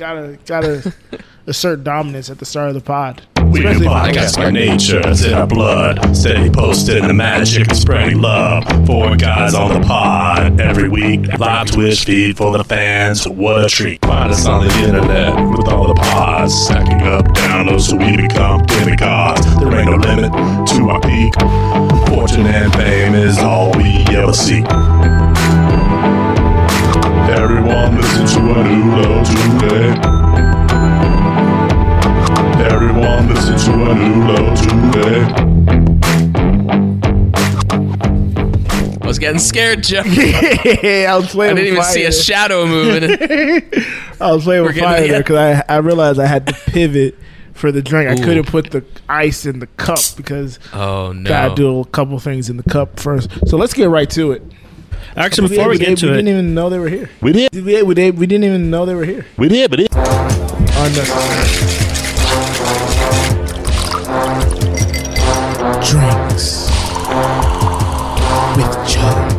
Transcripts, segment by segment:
Gotta gotta assert dominance at the start of the pod. We do Especially if- podcasts by nature, it's in our blood. Steady posting the magic and spreading love. Four guys on the pod every week. Live Twitch feed for the fans. What a treat. Find us on the internet with all the pods. Stacking up downloads so we become demigods. There ain't no limit to our peak. Fortune and fame is all we ever seek. Everyone listen to a new low today. Everyone listen to a new low today. I was getting scared, Joe. yeah, I was playing. I didn't even with see a fire. shadow moving. I was playing with getting fire there. there because I, I realized I had to pivot for the drink. I couldn't put the ice in the cup because oh no! gotta do a couple things in the cup first. So let's get right to it. Actually, before we get we to didn't it, even know they were here. We did. We, we, they, we didn't even know they were here. We did, but it. On the drinks with Joe.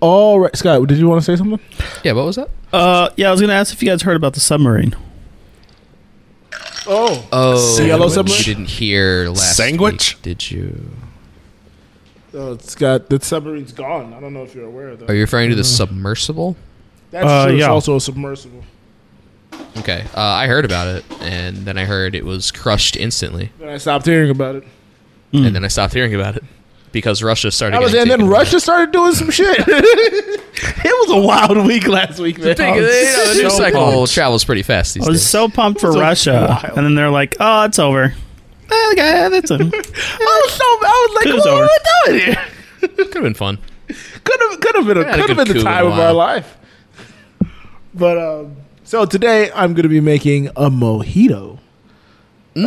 All right, Scott. Did you want to say something? yeah, what was that? uh, yeah, I was gonna ask if you guys heard about the submarine. Oh, Oh, Yellow which Submarine? You didn't hear last Sandwich? week, did you? oh Scott. The submarine's gone. I don't know if you're aware of that. Are you referring to the submersible? That's Uh, true. It's yeah. also a submersible. Okay, uh, I heard about it, and then I heard it was crushed instantly, Then I stopped hearing about it. and then I stopped hearing about it because Russia started. I Hmm. was, getting and then taken over. Russia started doing some shit. it was a wild week last week, man. Think, you know, the news So cycle pumped. travels pretty fast Oh, these I was days. so pumped for It's a Russia, wild- and then they're like, "Oh, it's over." Eh, Okay, that's I it. was so I was like, It was what are over. we doing here? Could have been fun. Could have could have been a, had a could have good been the coup in time a of our while. life. But um, so today I'm gonna be making a mojito. Mm.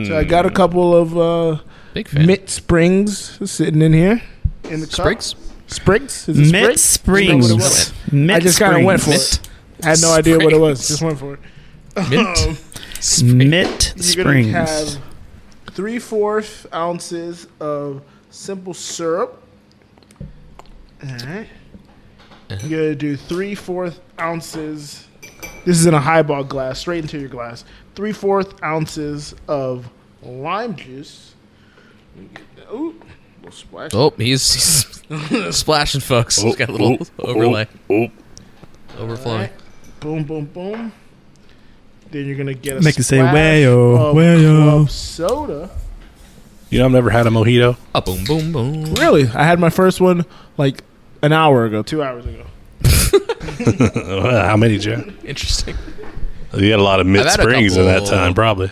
Um, so I got a couple of uh, Big fan. mint springs sitting in here. In the cup. Sprigs? Sprigs? Is it Mid Sprig? You know Springs. what it was? Mid I just kinda Springs. went for it. I had no idea what it was. Just went for it. Oh. Mint? Sprig. Mid You're gonna Springs. have three fourth ounces of simple syrup. Alright. You're gonna do three fourth ounces. This is in a highball glass, straight into your glass. Three fourth ounces of lime juice. Ooh, little splash. Oh, he's, he's splashing, folks. He's got a little overlay, Oh, overflowing. Boom, boom, boom. Then you're gonna get a Make it say, splash "Wayo, of wayo." club soda. You know, I've never had a mojito. Ah, boom, boom, boom. Really? I had my first one like an hour ago, two hours ago. Uh, How many, Jack? Interesting. You had a lot of mid I've had a springs in that couple. time, probably.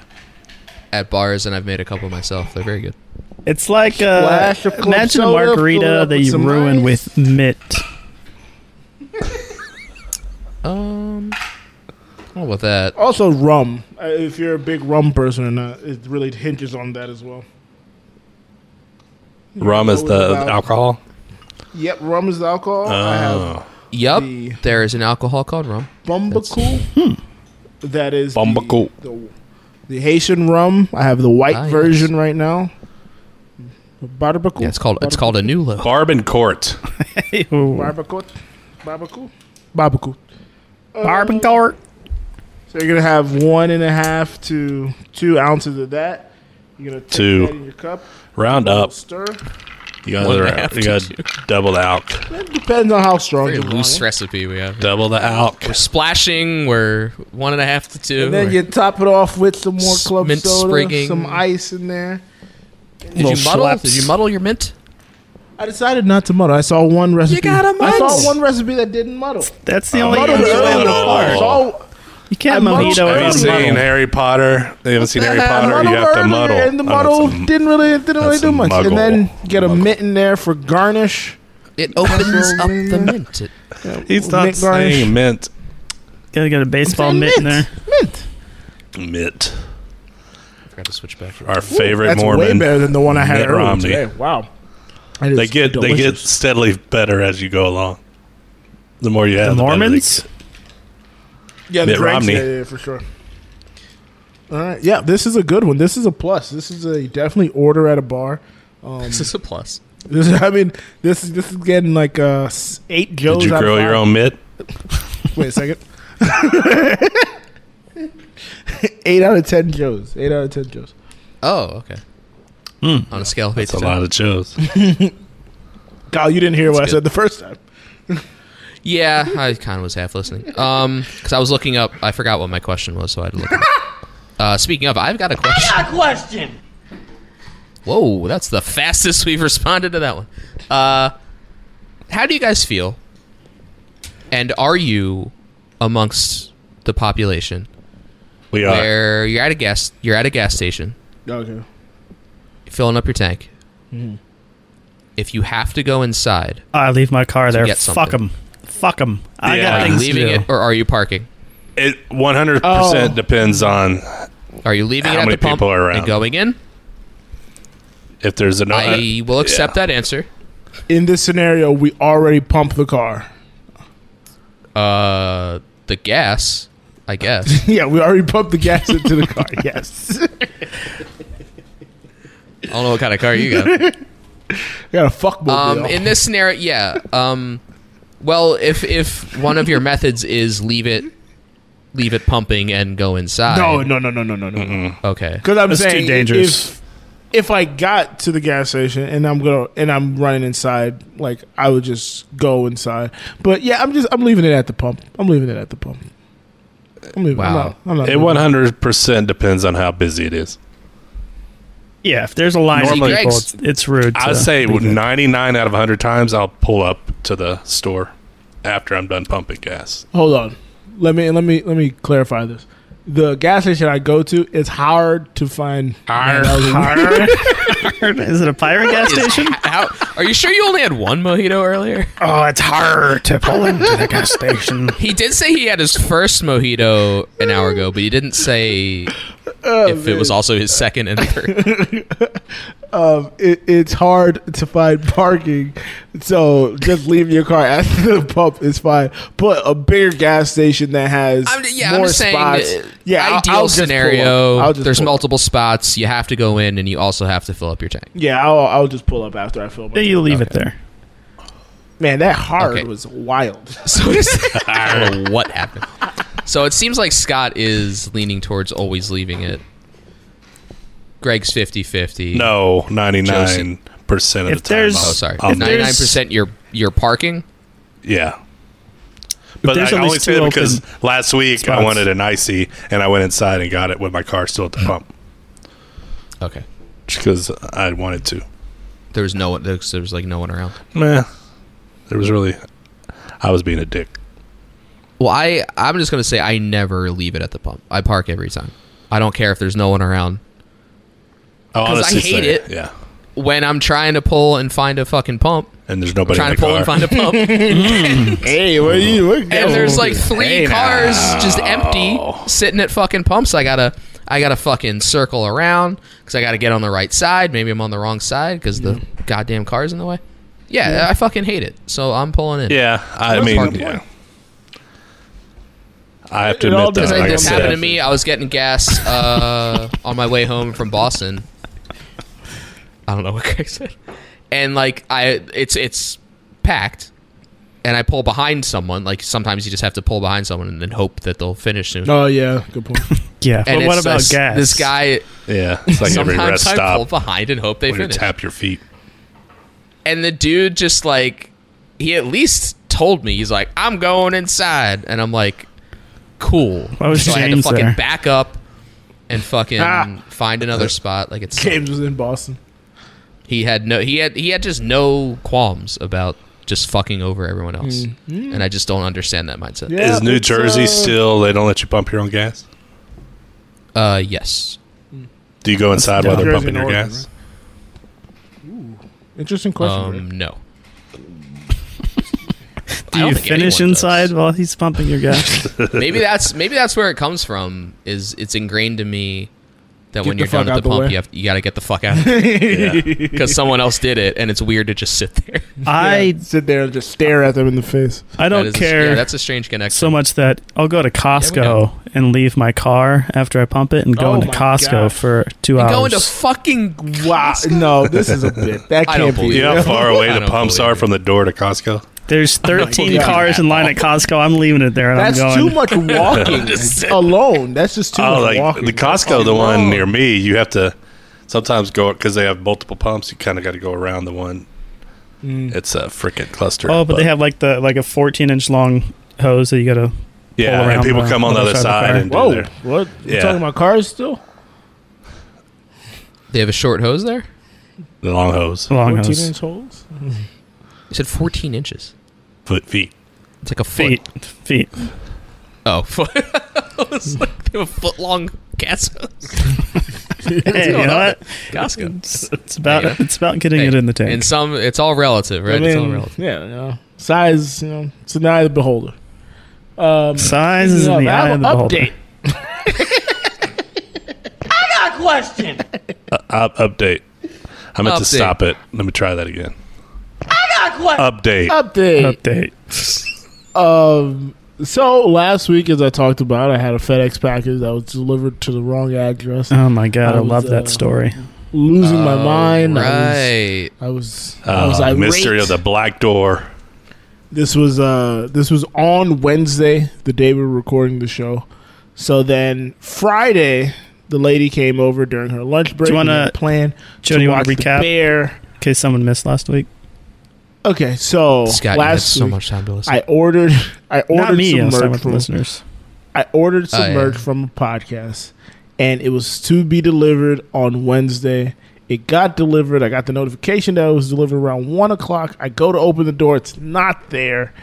At bars, and I've made a couple myself. They're very good. It's like uh, Splash of club imagine a soda, fill it margarita up that with you some ruin ice. with mit. Um, I don't know about that. Also, rum. Uh, If you're a big rum person or not, it really hinges on that as well. Rum is know the about- alcohol. Yep, rum is the alcohol. I have Oh, Yup, The- there is an alcohol called rum. bumbacool. That is the- Bumbacool. The, the Haitian rum. I have the white Ah, yes. version right now. Barbacool. Yeah, it's called it's called a new low. Bourbon Court. Ew. barbacool. Barbacool. Barbacool. Barbacoa. So you're gonna have one and a half to two ounces of that. You're gonna take Two. that in your cup. Round up. Stir. You got, One and a another, half you to got two. double the alk. It depends on how strong Very you want loose it. recipe we have. here. Double the alk. We're splashing. We're one and a half to two. And then we're- you top it off with some more S- club mint soda, sprigging. some ice in there. did you little muddle? slaps. Did you muddle your mint? I decided not to muddle. I saw one recipe. gotta I muddle. saw one recipe that didn't muddle. That's the only Muddle way is muddle. the Muddle. So You can't I muddled mojito I Have you don't without seen muddle. Harry Potter? You haven't seen Harry the hell? Potter? muddle you have to earlier, muddle. and the Oh, muddle that's a- didn't really it didn't really that's do a much. muggle. And then get a Muggle. mint in there for garnish. It opens up the mint. It, He's not not garnish. saying mint. Gotta get a baseball saying mitt in there. mint. Mint. Mint. I forgot to switch back. Our favorite That's way Mormon. better than the one I had Mitt earlier Romney. today. Wow. That is They get they get delicious. steadily better as you go along. The more you have, The the better they Mormons? get. yeah, the Mitt drinks, Romney. Yeah, yeah, for sure. All right. Yeah, this is a good one. This is a plus. This is a definitely order at a bar. Um, This is a plus. This, I mean, this is this is getting like uh, s- eight Joes. Did you out of grow your five. own mitt? Wait a second. eight out of ten Joes. Eight out of ten Joes. Oh, okay. On Hmm. a scale of eight It's a to 10. lot of Joes. Kyle, you didn't hear what I good. said the first time. Yeah, I kind of was half listening. Um, because I was looking up. I forgot what my question was, so I had to look. It up. Uh, speaking of, I've got a question. question. Whoa, that's the fastest we've responded to that one. Uh, how do you guys feel? And are you amongst the population We are. where you're at a gas you're at a gas station Okay. filling up your tank? If you have to go inside, I leave my car there. get Fuck something. them. Fuck them. I Yeah. got are you things to leaving do. it or are you parking? It 100% Oh. depends on Are you leaving How it at many the pump people are around? and going in? if there's an. I will accept that answer. In this scenario, we already pumped the car. Uh, the gas, I guess. Yeah, we already pumped the gas into the car. Yes. I don't know what kind of car you got. We got a fuck Um, in this scenario, yeah. Um, well, if if one of your methods is leave it, leave it pumping and go inside. No, no, no, no, no, no, no. Okay. Because I'm That's too saying dangerous. if if I got to the gas station and I'm gonna and I'm running inside, like I would just go inside. But yeah, I'm just I'm leaving it at the pump. I'm leaving it at the pump. I'm leaving. I'm Wow. not, I'm not It 100% depends on how busy it is. Yeah, if there's a line of Normally- people, it's, it's rude. I to say leave with it. 99 out of 100 times, I'll pull up to the store after I'm done pumping gas. Hold on. Let me let me let me clarify this. The gas station I go to, it's hard to find. Hard? Is it a pirate gas station? How, are you sure you only had one mojito earlier? Oh, it's hard to pull into the gas station. He did say he had his first mojito an hour ago, but he didn't say Oh, if it was also his second and third. Um, it, it's hard to find parking, so just leave your car at the pump is fine. But a bigger gas station that has I'm, yeah, more I'm just saying. spots, uh, yeah, I'll- ideal I'll just pull up. scenario. I'll just there's pull up. multiple spots. You have to go in, and you also have to fill up your tank. Yeah, I'll, I'll just pull up after I fill my. Then you leave it there. Man, that hard Okay. was wild. So it's, I don't know what happened. So it seems like Scott is leaning towards always leaving it. Greg's 50 50. No, 99% of If the time. there's- Oh, I'll- sorry. I'll- If there's- 99% you're, you're parking. yeah. But there's I at only least say two that because open last week I spots. wanted an icy and I went inside and got it with my car still at the pump Okay. because I wanted to. There was no one. There was, there was, like no one around. Meh. There was really, I was being a dick. Well, I I'm just gonna say I never leave it at the pump. I park every time. I don't care if there's no one around. I 'Cause I Oh, honestly hate say- it. Yeah. When I'm trying to pull and find a fucking pump, And there's nobody trying in to the pull car. and find a pump, and hey, what are you? What there's like three Hey, cars just empty now. sitting at fucking pumps. I gotta I gotta fucking circle around because I gotta get on the right side. Maybe I'm on the wrong side because the goddamn car's in the way. Yeah, I fucking hate it. So I'm pulling in. Yeah, I That's mean, part of yeah. it. I have to It all admit that. depends Like, Like I this happened to said, me. I was getting gas uh, on my way home from Boston. I don't know what Greg said. And like I, it's it's packed, and I pull behind someone. Like sometimes you just have to pull behind someone and then hope that they'll finish soon. Oh yeah, good point. Yeah, And but what it's about this, gas? This guy yeah, it's like every rest sometimes I pull stop behind and hope they when you finish. tap your feet. And the dude just like he at least told me he's like I'm going inside, and I'm like, cool. Why was so I had to James fucking there? back up and fucking Ah. find another spot. Like it's James was in Boston. he had no he had he had just no qualms about just fucking over everyone else, Hmm. and I just don't understand that mindset. Yeah, Is New it's, Jersey uh, still? They don't let you pump your own gas. Uh, yes. Do you go inside while New they're Jersey pumping and your Oregon, gas? Interesting question. Greg. Um, no. I Do don't you think anyone finish does. inside while he's pumping your gas? maybe that's maybe that's where it comes from. Is it's ingrained in me that Get when the you're done fuck at out the the pump, way. you have you got to get the fuck out because someone else did it, and it's weird to just sit there. I sit there and just stare at them in the face. I That don't is a- care yeah, that's a strange connection. so much that I'll go to Costco know. and leave my car after I pump it and go Oh into my Costco God. for two hours. Going to fucking Wow, no, this is a bit that I don't can't be. believe You know how real. far away I the don't pumps believe are it. from the door to Costco? There's not 13 giving cars that in line at Costco. I'm leaving it there and That's I'm too going. much walking alone. That's just too Oh, much like walking. the Costco, the one near me, you have to sometimes go because they have multiple pumps. You kind of got to go around the one. It's a frickin' cluster. Mm. Oh, but they have like the like a 14 inch long hose that you gotta. pull yeah, around and people the come on the other other side of side the and do Whoa, their. what? Yeah. You're talking about cars still? They have a short hose there. The long hose, Long 14 hose. inch holes? You said 14 inches. foot, feet. It's like a foot. Feet, feet. Oh, foot. it's like they have a foot long gas hose. Hey, you going know on what? Costco. It's, it's about Hey, you know. it's about getting Hey, it in the tank. And some, it's all relative, right? I it's all mean, relative. yeah, you know, size, you know, it's an eye of the beholder. Um, Size is in the eye of the beholder. update. Up, update. I meant to Update. stop it. Let me try that again. Update. Update. Update. Um, so last week, as I talked about, I had a FedEx package that was delivered to the wrong address. Oh my god, I I was, love that uh, story. Losing my mind. Oh, Right. I was. I was. I Oh, Uh, was the irate. mystery of the black door. This was uh this was on Wednesday, the day we were recording the show. So then Friday, the lady came over during her lunch break. wanna- we had planned Joe, do you wanna watch the recap? Bear. In case someone missed last week. Okay, so Scott, you had last so week much time to listen. I ordered I ordered Not me. I was some merch talking about the from listeners. I ordered some Oh, yeah. merch from a podcast, and it was to be delivered on Wednesday. It got delivered. I got the notification that it was delivered around one o'clock. I go to open the door. It's not there.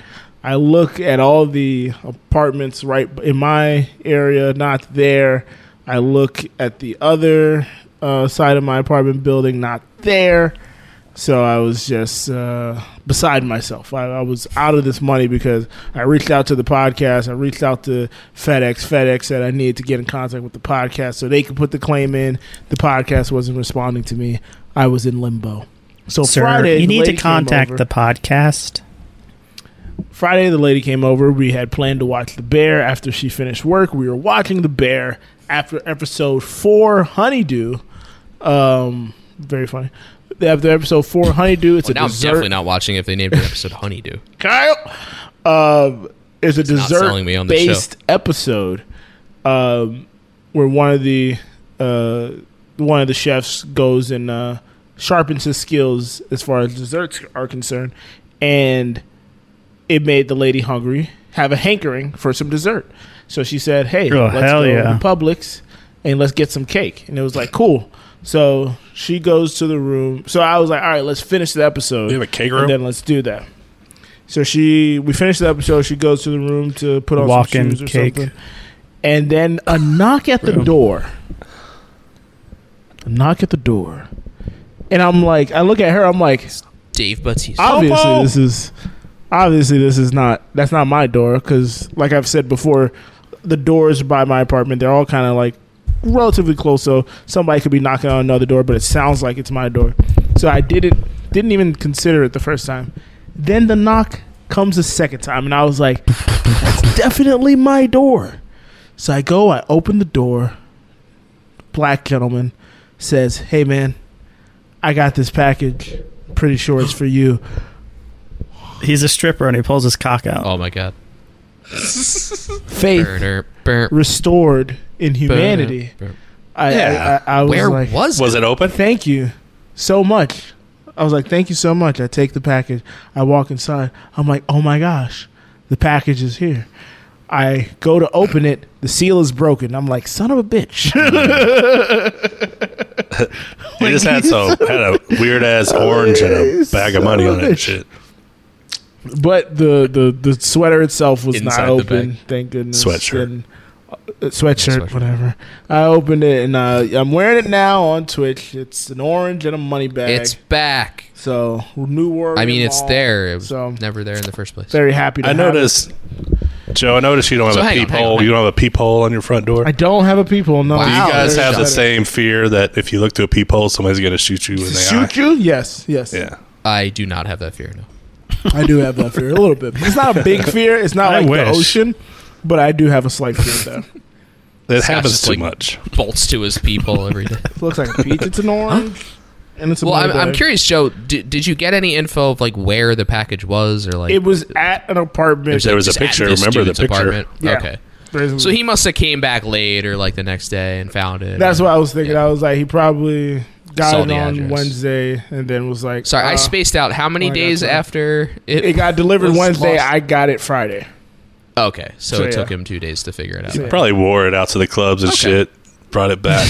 I look at all the apartments right in my area, not there. I look at the other uh, side of my apartment building, not there. So I was just uh, beside myself. I, I was out of this money because I reached out to the podcast. I reached out to FedEx. FedEx said I needed to get in contact with the podcast so they could put the claim in. The podcast wasn't responding to me. I was in limbo. So Sir, Friday, you the need lady to came contact over. the podcast. Friday, the lady came over. We had planned to watch The Bear after she finished work. We were watching The Bear after episode four, Honeydew. Um, very funny. After episode four, Honeydew, it's Well, a now I'm dessert. definitely not watching if they named an episode Honeydew. Kyle. Um, is a not dessert selling me on the based episode um, where one of the uh, one of the chefs goes and uh, sharpens his skills as far as desserts are concerned, and it made the lady hungry, have a hankering for some dessert. So she said, "Hey, Oh, let's hell go yeah. to Publix and let's get some cake." And it was like, "Cool." So she goes to the room. So I was like, "All right, let's finish the episode." We have a cake and room. then let's do that. So she, we finish the episode. She goes to the room to put on some Walk-in shoes or cake. something, and then a knock at the Room. door. A knock at the door, and I'm like, I look at her. I'm like, Dave Bautista. obviously Popo. this is, obviously this is not. That's not my door because, like I've said before, the doors by my apartment they're all kind of like relatively close. So somebody could be knocking on another door, but it sounds like it's my door. So I didn't didn't even consider it the first time. Then the knock comes a second time, and I was like, "That's definitely my door." So I go, I open the door. Black gentleman says, "Hey man, I got this package. Pretty sure it's for you." He's a stripper and he pulls his cock out. Oh my god. Faith Burner, burn, restored in humanity. burn. I, Yeah. I, I, I was Where like, was, Was it? it open? thank you so much. I was like, thank you so much. I take the package. I walk inside. I'm like, oh my gosh, the package is here. I go to open it. The seal is broken. I'm like, son of a bitch. It just had so had a weird ass orange and a it's bag of money on it. and so- Shit, but the, the, the sweater itself was not Inside the open. bag. Thank goodness. Sweatshirt. And, uh, sweatshirt, Sweatshirt. whatever. I opened it and uh, I'm wearing it now on Twitch. It's an orange and a money bag. It's back. So New World. I mean, it's there. It was So never there in the first place. very happy. To I have noticed Joe, I noticed you don't have So a hang on, hang on, peephole. hang You don't have a peephole on your front door. I don't have a peephole. No, Wow. Do you Wow, guys there's have the gotta- same fear that if you look through a peephole, somebody's going to shoot you in To the eye? shoot you? Yes, yes. Yeah. I do not have that fear. No. I do have that fear a little bit. It's not a big fear. It's not I like the wish. ocean, but I do have a slight fear of that. It Scott's happens just too like- much. Bolts to his people every day. It looks like a peach. It's an orange, and it's a. well, I'm, blueberry. I'm curious, Joe. Did, did you get any info of like where the package was or like It was at an apartment. There was a just at picture. this Remember the dude's picture. apartment? Yeah. Okay. There's- So he must have came back late or like the next day and found it. That's what I was thinking. Yeah. I was like, he probably got Saw it the on address. Wednesday, and then was like, Sorry, I uh, spaced out. How many I got days that. after it, It got delivered was Wednesday. lost? I got it Friday. okay, so, So, it took yeah. him two days to figure it out. Yeah. Probably wore it out to the clubs and shit. Brought it back.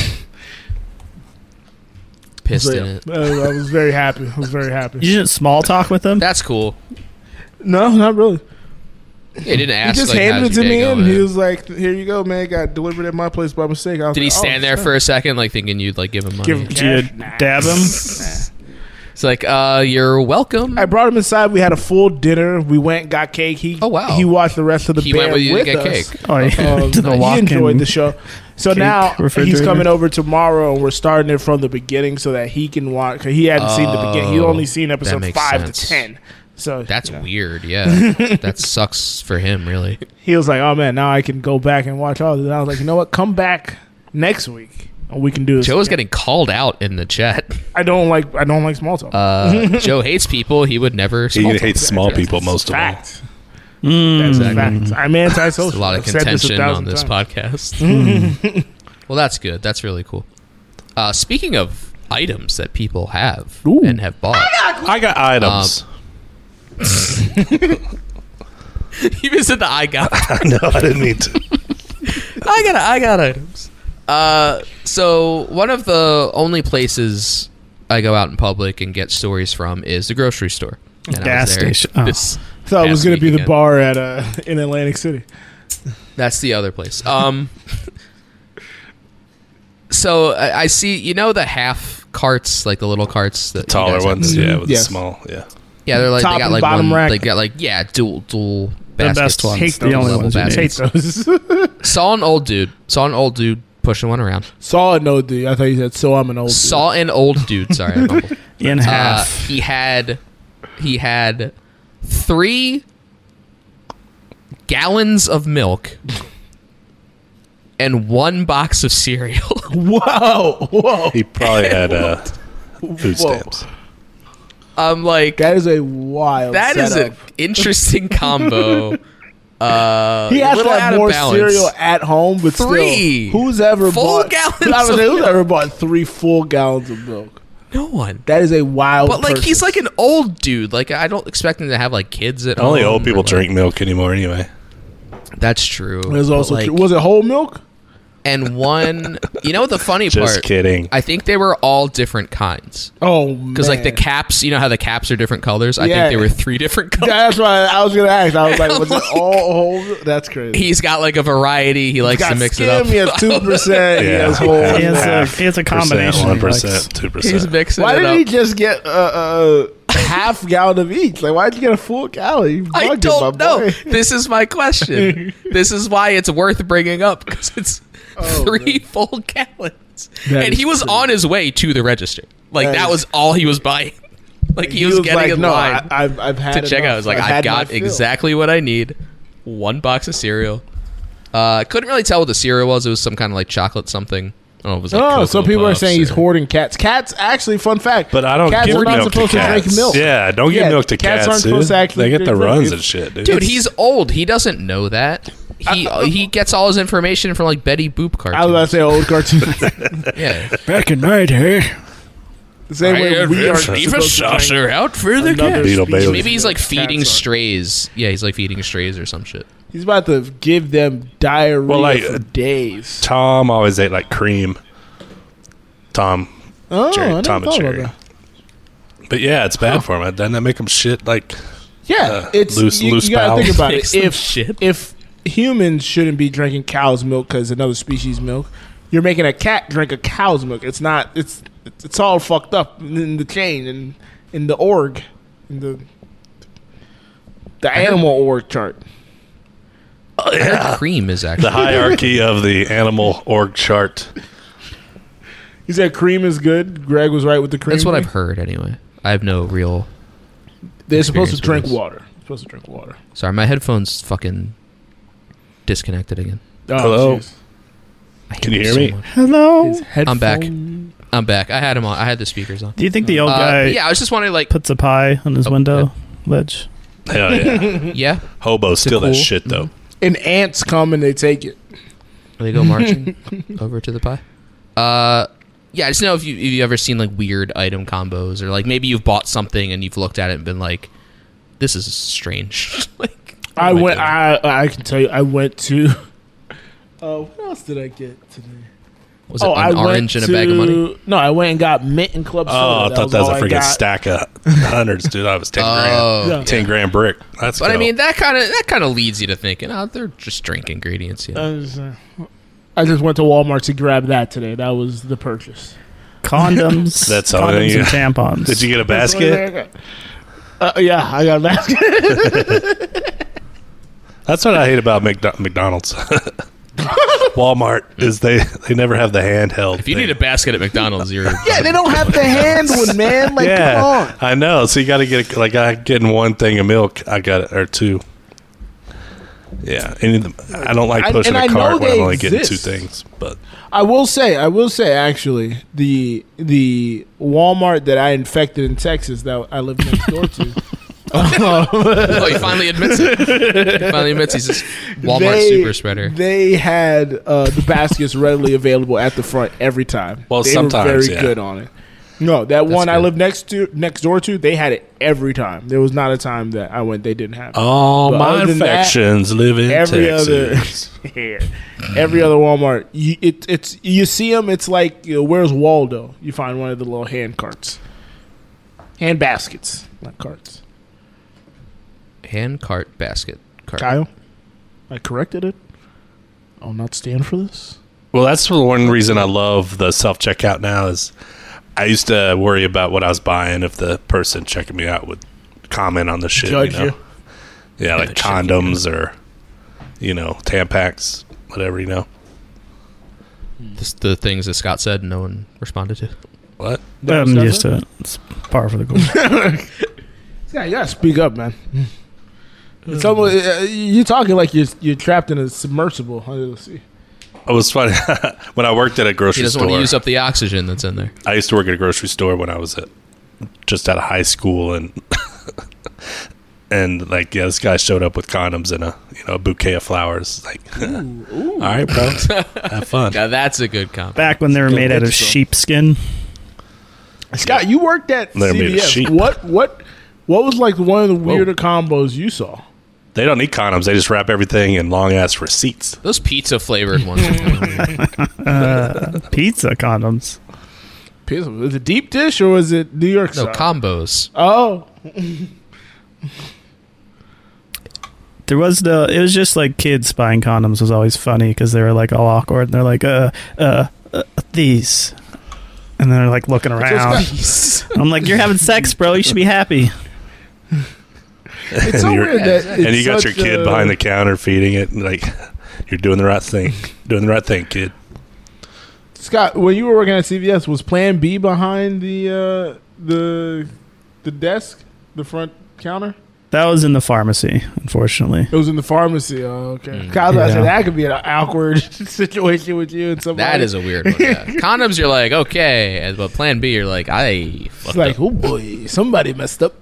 Pissed So, in yeah. it. Uh, I was very happy. I was very happy. You didn't small talk with them. That's cool. No, not really. He didn't He ask. just like, handed it how's to your me, day and going? he was like, "Here you go, man. It Got delivered at my place by mistake." I was Did he like, "Oh, stand there shit." for a second, like thinking you'd like give him money? Give him Do you cash. dab him? it's like, uh, you're welcome. I brought him inside. We had a full dinner. We went, got cake. He Oh, wow. he watched the rest of the he band went with you to get us. cake. Oh, yeah. Um, to the he walk enjoyed the show. So cake now he's refrigerator. coming over tomorrow, and we're starting it from the beginning so that he can watch. Cause he hadn't seen the beginning. He's Oh, only seen that episode makes five to sense. ten. So That's you know. weird. Yeah, that sucks for him. Really. He was like, "Oh man, now I can go back and watch all this." And I was like, "You know what? Come back next week, and we can do this." Joe is again." getting called out in the chat. I don't like. I don't like small talk. Uh, Joe hates people. He would never. He small talk. hates small people most of all. fact. That's a fact. I'm antisocial. Hmm. There's a lot of I've said this a contention thousand on this times. podcast. well, that's good. That's really cool. Uh, speaking of items that people have Ooh. and have bought, I got items. even said the I got, no, I didn't need to. I got, I got items. Uh, so one of the only places I go out in public and get stories from is the grocery store. And I was Gas there station. Oh. this- Thought it was Ask gonna me be the again. bar at uh, in Atlantic City. That's the other place. Um, so I, I see, you know, the half carts, like the little carts, that you Taller guys have? ones, yeah, with the Yes. small, yeah. Yeah, they're like Top they got and like bottom one, rack. They got like yeah, dual dual The baskets. best ones. Hate the those only level ones. you baskets. need. Hate those. Saw an old dude. Saw an old dude pushing one around. Saw an old dude. I thought you said so. I'm an old. Saw an old dude. Sorry, I mumbled. In uh, half. he had he had three gallons of milk and one box of cereal. dude. Whoa, whoa. He probably had uh, food Whoa. stamps. I'm like, That is a wild. that is setup. an interesting combo. Uh, He has little out like of more balance. cereal at home, but Three still, who's ever full bought, gallons I was of like, who's milk. ever bought three full gallons of milk? No one. That is a wild. But like purchase. he's like an old dude. Like I don't expect him to have like kids at Only home old or, people like- drink milk anymore, anyway. That's true. It was But, also like- true. was it whole milk? and one. You know what the funny Just part? kidding. I think they were all different kinds Oh, because like the cat. caps. You know how the caps are different colors. I Yeah. think there were three different colors. That's why I was gonna ask. I was like, was it Like- all whole? milk? That's crazy. He's got like a variety. He likes to got mix it skim, up. He has two percent. He Yeah. has whole. He Yeah. has a, Half he has a combination. One he likes. percent, two He's percent. mixing Why it didn't up. he just get uh, uh, half gallon of each? Like, why'd you get a full gallon? You bugged I him, my don't know. boy. This is my question. this is why it's worth bringing up because it's Oh, three full gallons, That and is he was true. on his way to the register. Like That that is- was all he was buying. Like he, He was, getting in no, line I, I've, I've had to check out. I was like, I have got exactly what I need. One box of cereal. Uh, couldn't really tell what the cereal was. It was some kind of like chocolate something. I don't know. It was like Oh, Cocoa so people are Puffs saying he's or- hoarding cats. Cats, actually, fun fact. But I don't cats give are not milk to supposed to cats. drink milk. Yeah, don't give Yeah, milk to cats cats. aren't dude. supposed to actually they get the drink milk. runs It's- and shit, dude. Dude, he's old. He doesn't know that. He he gets all his information from like Betty Boop I was cartoons. about to say old cartoons. yeah. Back in my eh? day. The Same way we are Leave supposed to drink out for the another Beetle species Bailey. Maybe he's of like feeding cats are. strays. Yeah, he's like feeding strays or some shit. He's about to give them diarrhea Well, like, for uh, days. Tom always ate like cream. Tom, Oh, Jerry, I never Tom and thought about Jerry. that. but yeah, it's bad for him. Doesn't that make him shit? Like, Yeah, Uh, it's loose- you, loose you gotta think bowels. about Makes it. them If shit. if humans shouldn't be drinking cow's milk because another species milk, you're making a cat drink a cow's milk. It's not. It's it's, it's all fucked up in the chain and in the org, in the the animal org chart. yeah. Cream is The actually. hierarchy of the animal org chart. He said cream is good. Greg was right with the cream. That's what thing. I've heard anyway. I have no real. They're supposed to experienced with drink this. water. Supposed to drink water. Sorry, my headphones fucking disconnected again. Oh, Hello? jeez. I hate Can you them hear so me? much. Hello. His headphone. I'm back. I'm back. I had them on. I had the speakers on. Do you think the old Uh, guy yeah, I was just wondering, like, puts a pie on his Oh, window ledge? Hell yeah. yeah, Hobo steal that cool? shit though. And ants come and they take it. they go marching over to the pie. Uh, yeah, I just know if you if you ever seen like weird item combos or like maybe you've bought something and you've looked at it and been like, this is strange. like, Oh what I am went. doing? I I can tell you. I went to. Uh, what else did I get today? was oh, it an orange and a bag of money? No, I went and got mint and club soda. Oh, I thought that was all a I freaking got. stack of hundreds, dude. I was ten Oh, Yeah. grand, ten grand brick. That's but I mean that kind of that kind of leads you to thinking, oh, they're just drink ingredients. Yeah. I just, uh, I just went to Walmart to grab that today. That was the purchase. Condoms. That's all condoms you- and tampons. did you get a That's the only basket? thing I got. Uh, yeah, I got a basket. That's what I hate about McDo- McDonald's. Walmart is they they never have the handheld. if you thing. need a basket at McDonald's, you're yeah, they don't have the hand one, man. Like, yeah, come on. I know. So you got to get like I getting one thing of milk. I got or two. Yeah, any of them, I don't like I- pushing and I a know cart when they I'm only getting two exist. things. But I will say, I will say, actually, the the Walmart that I infected in Texas that I live next door to, oh, he finally admits it. He finally admits he's just Walmart they- super spreader. They had uh, the baskets readily available at the front every time. Well, they were sometimes, very yeah. good on it. No, that one I good. live next to next door to, they had it every time. There was not a time that I went they didn't Uh, have it. all But my other than that, infections live in every Texas. other every other Walmart, you, it, it's you see them. It's like you know, where's Waldo? You find one of the little hand carts, hand baskets, not carts. Hand cart basket cart. Kyle, I corrected it. I'll not stand for this. Well, that's the one reason I love the self checkout now is I used to worry about what I was buying if the person checking me out would comment on the shit. Judge you know? you. Yeah, like condoms or you know Tampax, whatever you know. This, the things that Scott said, no one responded to. What? I'm That was used to it. It's par for the course. Yeah, you gotta speak up, man. It's almost, uh, you're talking like you're you're trapped in a submersible under the sea. It was funny when I worked at a He grocery doesn't want to store. use up the oxygen that's in there. I used to work at a grocery store when I was at, just out of high school, and and like yeah, this guy showed up with condoms and a you know a bouquet of flowers. Like, all right, bro, have fun. Now that's a good comp. Back when they were made out of sheepskin. Scott, you worked at Let me be the sheep. CVS. What what what was like one of the weirder combos you saw? They don't need condoms. They just wrap everything in long ass receipts. Those pizza flavored ones. Pizza condoms. Pizza. Was it deep dish or was it New York no style? combos. oh, There was the. It was just like kids buying condoms was always funny because they were like all awkward and they're like, uh, uh, uh these, and they're like looking around. it's I'm like, you're having sex, bro. You should be happy. so you're- weird that it's and you got your such kid a- behind the counter feeding it. and, Like, you're doing the right thing. Doing the right thing, kid. Scott. When you were working at CVS, was Plan B behind the uh, the the desk, the front counter? That was in the pharmacy, unfortunately. It was in the pharmacy. Oh, okay. Mm. Kyle, I Yeah. said that could be an awkward situation with you and somebody. That is a weird one. Yeah. Condoms, you're like okay, and- but Plan B, you're like I. It's Fucked like, up. oh boy, somebody messed up.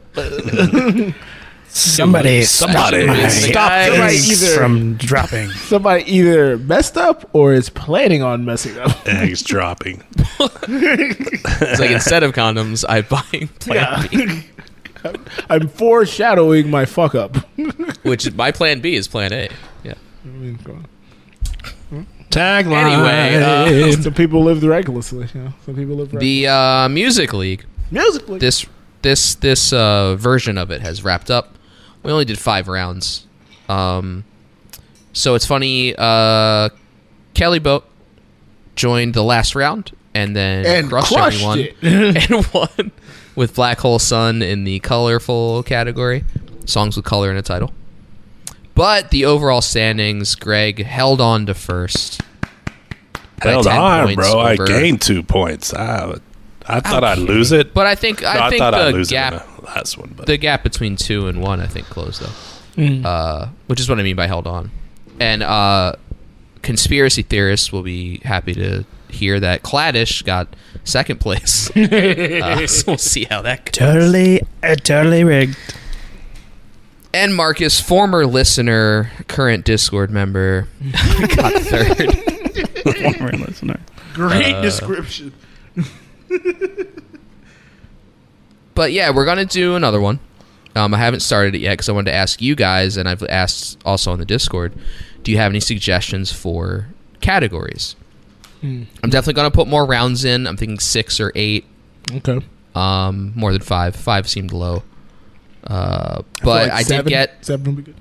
Somebody, Somebody stop Somebody this. either from dropping. somebody either messed up or is planning on messing up. eggs dropping. It's like instead of condoms, I'm buying Plan B, I'm foreshadowing my fuck up. which is- my Plan B is Plan A. Yeah. Tagline. Anyway, uh, Some people live recklessly. You know? Some people live recklessly. the uh, music league. musically. this this this uh, version of it has wrapped up. We only did five rounds, um, so it's funny. Uh, Kelly Boat joined the last round and then And crushed, crushed everyone it. and won with Black Hole Sun in the colorful category, songs with color in a title. But the overall standings, Greg held on to first. by Held 10 on, points bro. I over- gained two points. I, I thought I'd lose it. But I think No, I, think thought I'd the lose gap it in the last one. But uh, the gap between two and one, I think, closed though, uh, which is what I mean by held on. And uh, conspiracy theorists will be happy to hear that Cladish got second place. Uh, so we'll see how that goes. Totally, uh, totally rigged. And Marcus, former listener, current Discord member, got third. Former listener. Great description. But yeah, we're gonna do another one. Um, I haven't started it yet because I wanted to ask you guys, and I've asked also on the Discord. Do you have any suggestions for categories? Hmm. I'm definitely gonna put more rounds in. I'm thinking six or eight, Okay. um, more than five. Five seemed low, uh, but I, did get seven would be good.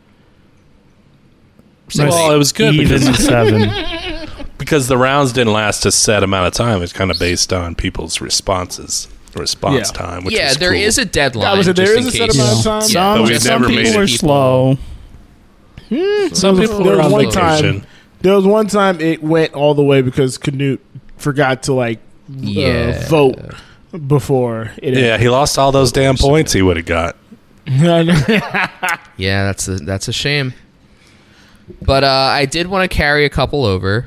Well, well, it was good Even because, seven. because the rounds didn't last a set amount of time. It's kind of based on people's responses, response Yeah. time. Which yeah. was There cool. is a deadline. I was a- there is just in a set case. amount of time. Yeah, Some, But we've just some never made people it. are slow. Some people there are was on one vacation. time. There was one time it went all the way because Canute forgot to like Yeah. uh, vote before it. Yeah, he lost all those damn points he would have got. ended. Yeah, that's a that's a shame. But uh, I did want to carry a couple over.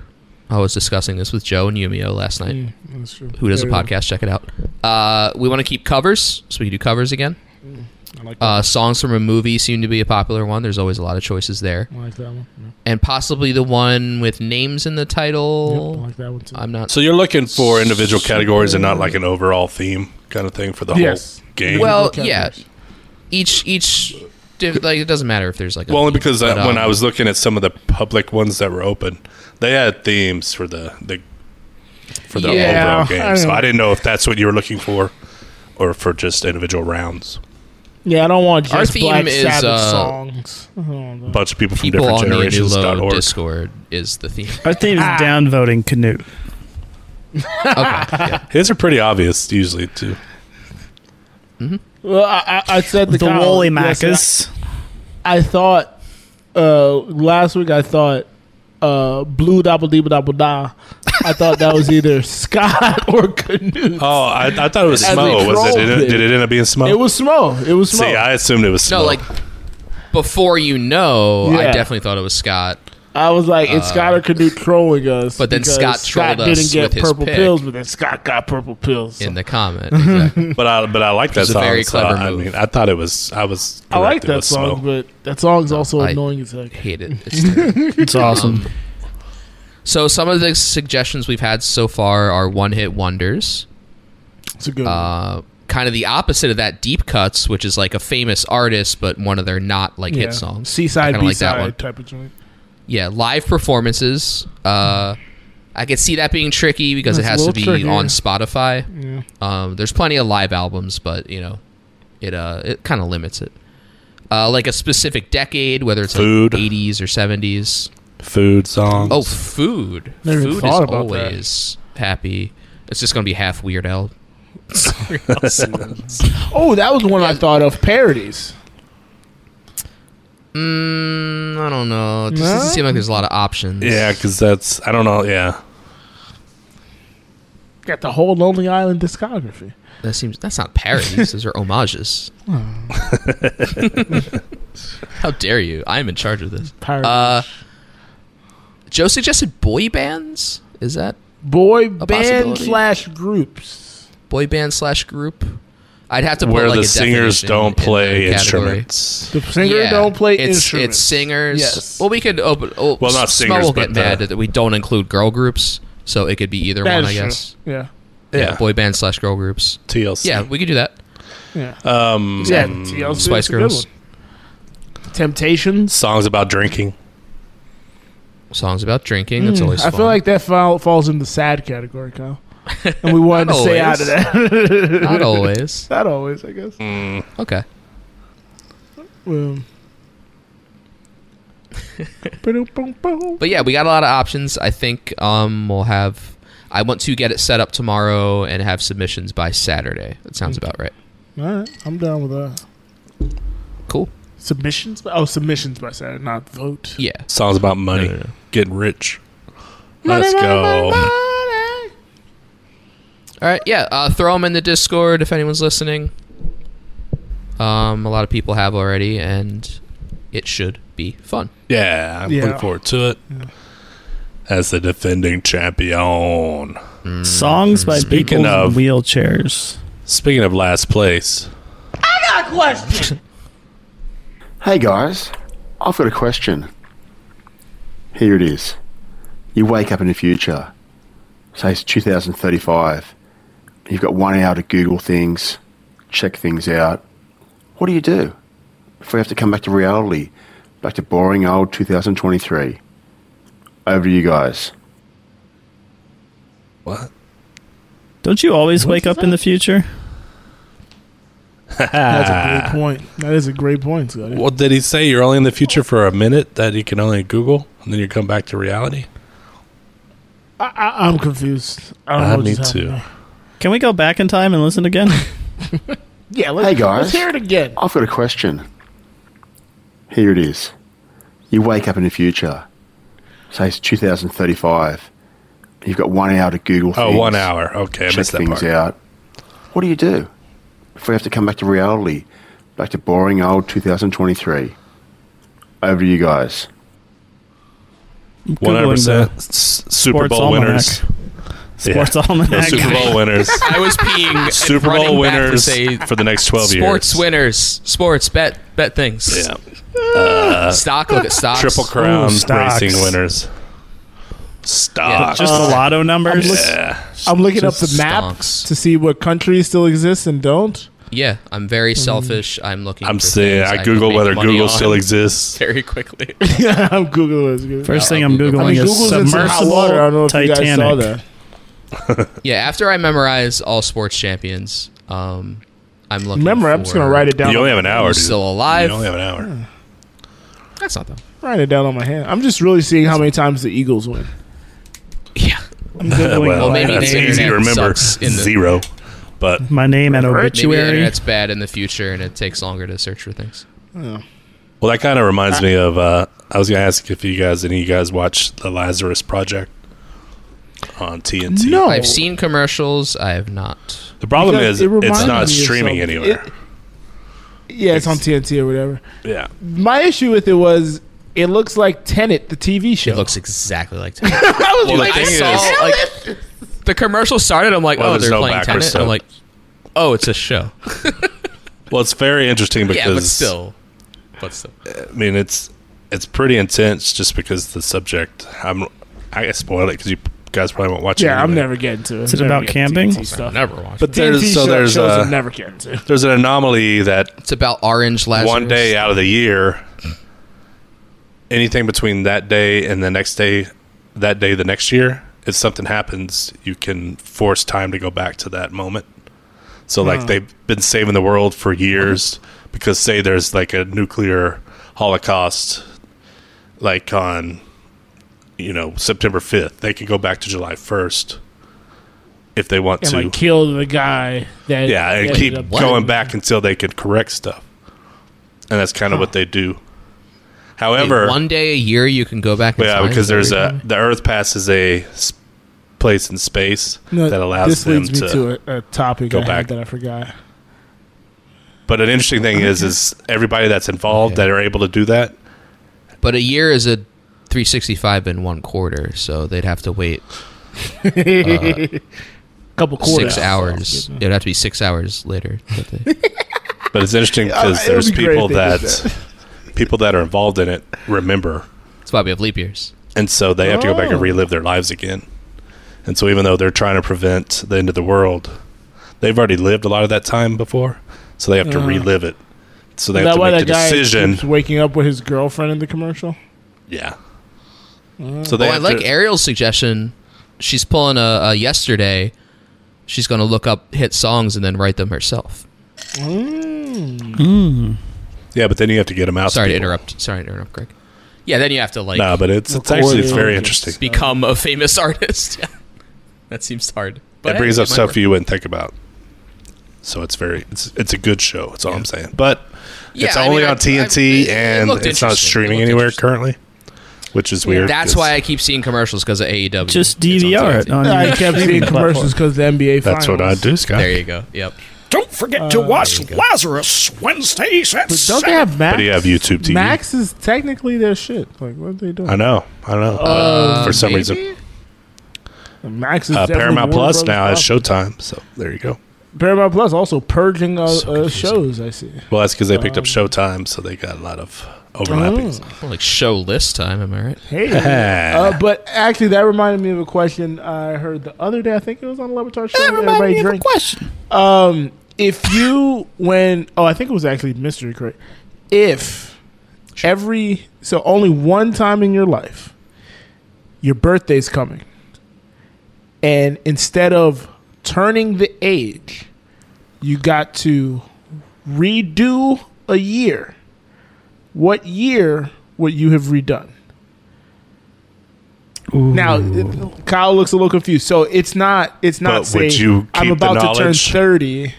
I was discussing this with Joe and Yumio last night. That's true. Who does a Mm. There it podcast? Check it out. Uh, we want to keep covers, so we can do covers again. is. I like that. Uh, songs from a movie seem to be a popular one. There's always a lot of choices there, I like that one. Yeah. and possibly the one with names in the Yep, I title. like that one too. I'm not. So you're looking for individual categories and not like an overall theme kind of thing for the Yes. whole game. Well, Individual categories. yeah. Each each div- like it doesn't matter if there's like a Well, only theme, because but, uh, when um, I was looking at some of the public ones that were open, they had themes for the the for the Yeah, overall game. I so know. I didn't know if that's what you were looking for, or for just individual rounds. Yeah, I don't want just Our theme Black is, Sabbath uh, songs. I don't A know. bunch of people from people different on the generations. dot Anulo org. Discord is the theme. Our theme is downvoting Canute. His are pretty obvious usually too. Well, I, I, I said The, to Kyle Wooly yesterday, Macas. I thought uh, last week I thought uh, blue double dee double da. I thought that was either Scott or Canute. Oh, I, I thought it was As we Smo. Was it? Did, trolled it? it. did it end up being Smo? It was Smo. It was Smo. Oh. See, I assumed it was Smo. No, like before you know, I Yeah. definitely thought it was Scott. I was like, it's Scott or Canute trolling us. Uh, But then because Scott Scott trolled us didn't get with his purple pick. pills, but then Scott got purple pills. So in the comment. Exactly. but I but I like that was a song. very so clever I move. mean, I thought it was. I was. I like correct, it that was song, Smo. but that song's also I- annoying as heck. Hate it. It's terrible. It's awesome. so some of the suggestions we've had so far are one-hit wonders. It's a good one. Uh, kind of the opposite of that, deep cuts, which is like a famous artist but one of their not like Yeah. hit songs. I Seaside, kinda B like that side one. type of joint. Yeah, live performances. Uh, I could see that being tricky because That's it a has to little be trickier. on Spotify. Yeah. Um, there's plenty of live albums, but you know, it uh, it kind of limits it. Uh, like a specific decade, whether it's Food. like 80s or 70s. Food songs. Oh, food. Never even food is thought about that. always happy. It's just gonna be half Weird Al. Oh, that was one I thought of parodies. Mm, I don't know. It just doesn't No? seem like there's a lot of options. yeah, because that's. I don't know. Yeah. Got the whole Lonely Island discography. that seems that's not parodies. those are homages. How dare you? I am in charge of this. Parodies. Uh, Joe suggested boy bands. Is that Boy band possibility. slash groups. boy band slash group? I'd have to where put, like, the a singers definition don't in play that category. instruments. The singer Yeah, don't play it's, instruments. It's singers. Yes. Well, we could open. Oh, Well, not Smo singers, will but uh, get mad the- that we don't include girl groups, so it could be either That one, is I true. guess. Yeah. Yeah, boy band slash girl groups. TLC. Yeah, we could do that. Yeah. um, yeah. TLC Mm, Spice is a good Girls. one. Temptations. songs about drinking. Songs about drinking. That's always. Hmm, I fun. feel like that fall, falls in the sad category, Kyle. And we wanted to Not stay out of always. that. not always. Not always, I guess. Okay. Um. Ba-dum-bum-bum. But yeah, we got a lot of options. I think um, we'll have. I want to get it set up tomorrow and have submissions by Saturday. That sounds about right. All right, I'm down with that. Cool. Submissions? By, oh, submissions by Saturday, not vote. Yeah. Songs about money, No, no, no. getting rich. Let's go. All right. Yeah. Uh, throw them in the Discord if anyone's listening. Um, a lot of people have already, and it should be fun. Yeah, I'm Yeah. looking forward to it. As the defending champion. Songs by Speaking people of- in wheelchairs. Speaking of last place, Hey guys, I've got a question. Here it is. You wake up in the future, say it's 2035, and you've got one hour to Google things, check things out. What do you do before you have to come back to reality, back to boring old 2023? Over to you guys. what? Don't you always wake up in the future? That's Ah. a great point. That is a great point, Scotty. Well, did he say you're only in the future for a minute that you can only Google and then you come back to reality? I, I, I'm confused. I don't I know what need just happened to. there. Can we go back in time and listen again? Yeah, let's, Hey, guys. let's hear it Oh, again. I've got a question. Here it is. You wake up in the future, say it's 2035, and you've got one hour to Google Oh, things. one hour. Okay, I check missed that things part. out. What do you do if we have to come back to reality, back to boring old 2023? Over to you guys. One hundred Googling percent the Super Bowl Almanac. winners. Sports Yeah. The Almanac. Super Bowl winners. I was peeing. Super Bowl winners Say for the next twelve sports years. winners. Sports bet bet things. Yeah. Stock. Look at stocks. Triple Ooh, Crown stocks. racing winners. Stocks. Just the lotto numbers. yeah. I'm looking up the Just map stonks. to see what countries still exist and don't. Yeah. I'm very selfish. I'm looking. Mm-hmm. I'm for saying things I can Google make whether money Google on still exists. very quickly. Yeah, I'm Googling it. First I'll thing I'm Google. googling I mean, is Google's in some hot submersible water. I don't know if Titanic. you guys saw that. yeah. After I memorize all sports champions, um, I'm looking. Remember, for I'm just gonna write it down. You only have an hour. Who's dude. still alive? You only have an hour. That's not them. Write it down on my hand. I'm just really seeing how many times the Eagles win. Yeah. I'm googling well, all maybe that. that's the easy to internet remember. sucks in the- Zero. But my name and Maybe the obituary. internet's bad in the future, and it takes longer to search for things. well, that kind of reminds me of. Uh, I was gonna ask if you guys, any of you guys, watch the Lazarus Project on TNT. No. I've seen commercials. I have not. The problem Because is, it it's reminded me not of streaming something. anywhere. Yeah, it's on TNT or whatever. yeah. My issue with it was it looks like Tenet, the TV show. It looks exactly like Tenet. I was Well, like, the thing I is, saw like- it. the commercial started. I'm like, Well, oh, there's they're no playing backwards Tenet. and I'm stuff. like, oh, it's a show. Well, it's very interesting because yeah, but still, but still, I mean, it's it's pretty intense just because the subject. I'm I gotta spoil it because you guys probably won't watch it. yeah, I'm anyway. never getting to it. Is it Never about getting camping? TNT I'll stuff. never watch. But But there's, There's- TNT so show- there's, shows uh, I'm never getting to. There's an anomaly that it's about Orange Lazarus. one day out of the year, anything between that day and the next day, that day the next year, if something happens, you can force time to go back to that moment. So, like, Hmm. they've been saving the world for years because, say, there's like a nuclear holocaust, like on, you know, September 5th, they could go back to July 1st if they want And to. like kill the guy that Yeah, and that keep ended up- going back until they could correct stuff. And that's kind of what they do. However, one day a year, you can go back. in yeah, time? because there's a time. the Earth passes a s- place in space No, that allows this them leads to. me to a, a topic go I had back. that I forgot. But an interesting thing is, is everybody that's involved Okay. that are able to do that. But a year is a 365 in one quarter, so they'd have to wait Uh, Couple quarters, six hours. It'd have to be six hours later. that they- But it's interesting because it would there's be great people if they that, did people that are involved in it remember, That's why we have leap years. and so they have to go back Oh. and relive their lives again. And so even though they're trying to prevent the end of the world, they've already lived a lot of that time before, so they have to relive it. So they Is have that to why make that the guy decision. keeps waking up with his girlfriend in the commercial? Yeah. Mm. So they Well, Oh, I have like to- Ariel's suggestion. She's pulling a, a yesterday. She's going to look up hit songs and then write them herself. Yeah, but then you have to get them out. Sorry to people. interrupt. Sorry to interrupt, Greg. Yeah, then you have to like No, but it's it's Record actually it's it. very interesting. become a famous artist. Yeah. that seems hard. But it brings hey, up might stuff work. you wouldn't think about. So it's very it's it's a good show. That's all I'm saying. But Yeah, it's I only mean, I- on TNT I- it- it and looked it's not interesting. It streaming looked anywhere interesting. currently, which is weird. That's 'cause why I keep seeing commercials because of AEW. Just It's on DVR it TNT. on your I kept seeing streaming commercials because the NBA. that's what I finals. do, Scott. There you go. Yep. Don't forget to watch Lazarus Wednesdays at But don't they have Max? But you have YouTube TV. Max is technically their shit. Like, what are they doing? I know. I know. Uh, but for some reason, Max is uh, definitely Paramount Warner Plus Brothers' now has property. Showtime. So there you go. Paramount Plus also purging uh, So uh, confusing. shows. I see. Well, that's because they picked Oh. up Showtime, so they got a lot of overlapping. Well, like show list time. Am I right? Hey, uh, but actually, that reminded me of a question I heard the other day. I think it was on the Levitar show. Everybody drink. question. Um, if you when oh, I think it was actually mystery crate. If every so only one time in your life, your birthday's coming, and instead of turning the age, you got to redo a year. What year would you have redone? Now, it- Kyle looks a little confused. So it's not. It's not. But say, would you I'm keep the about to turn knowledge? thirty.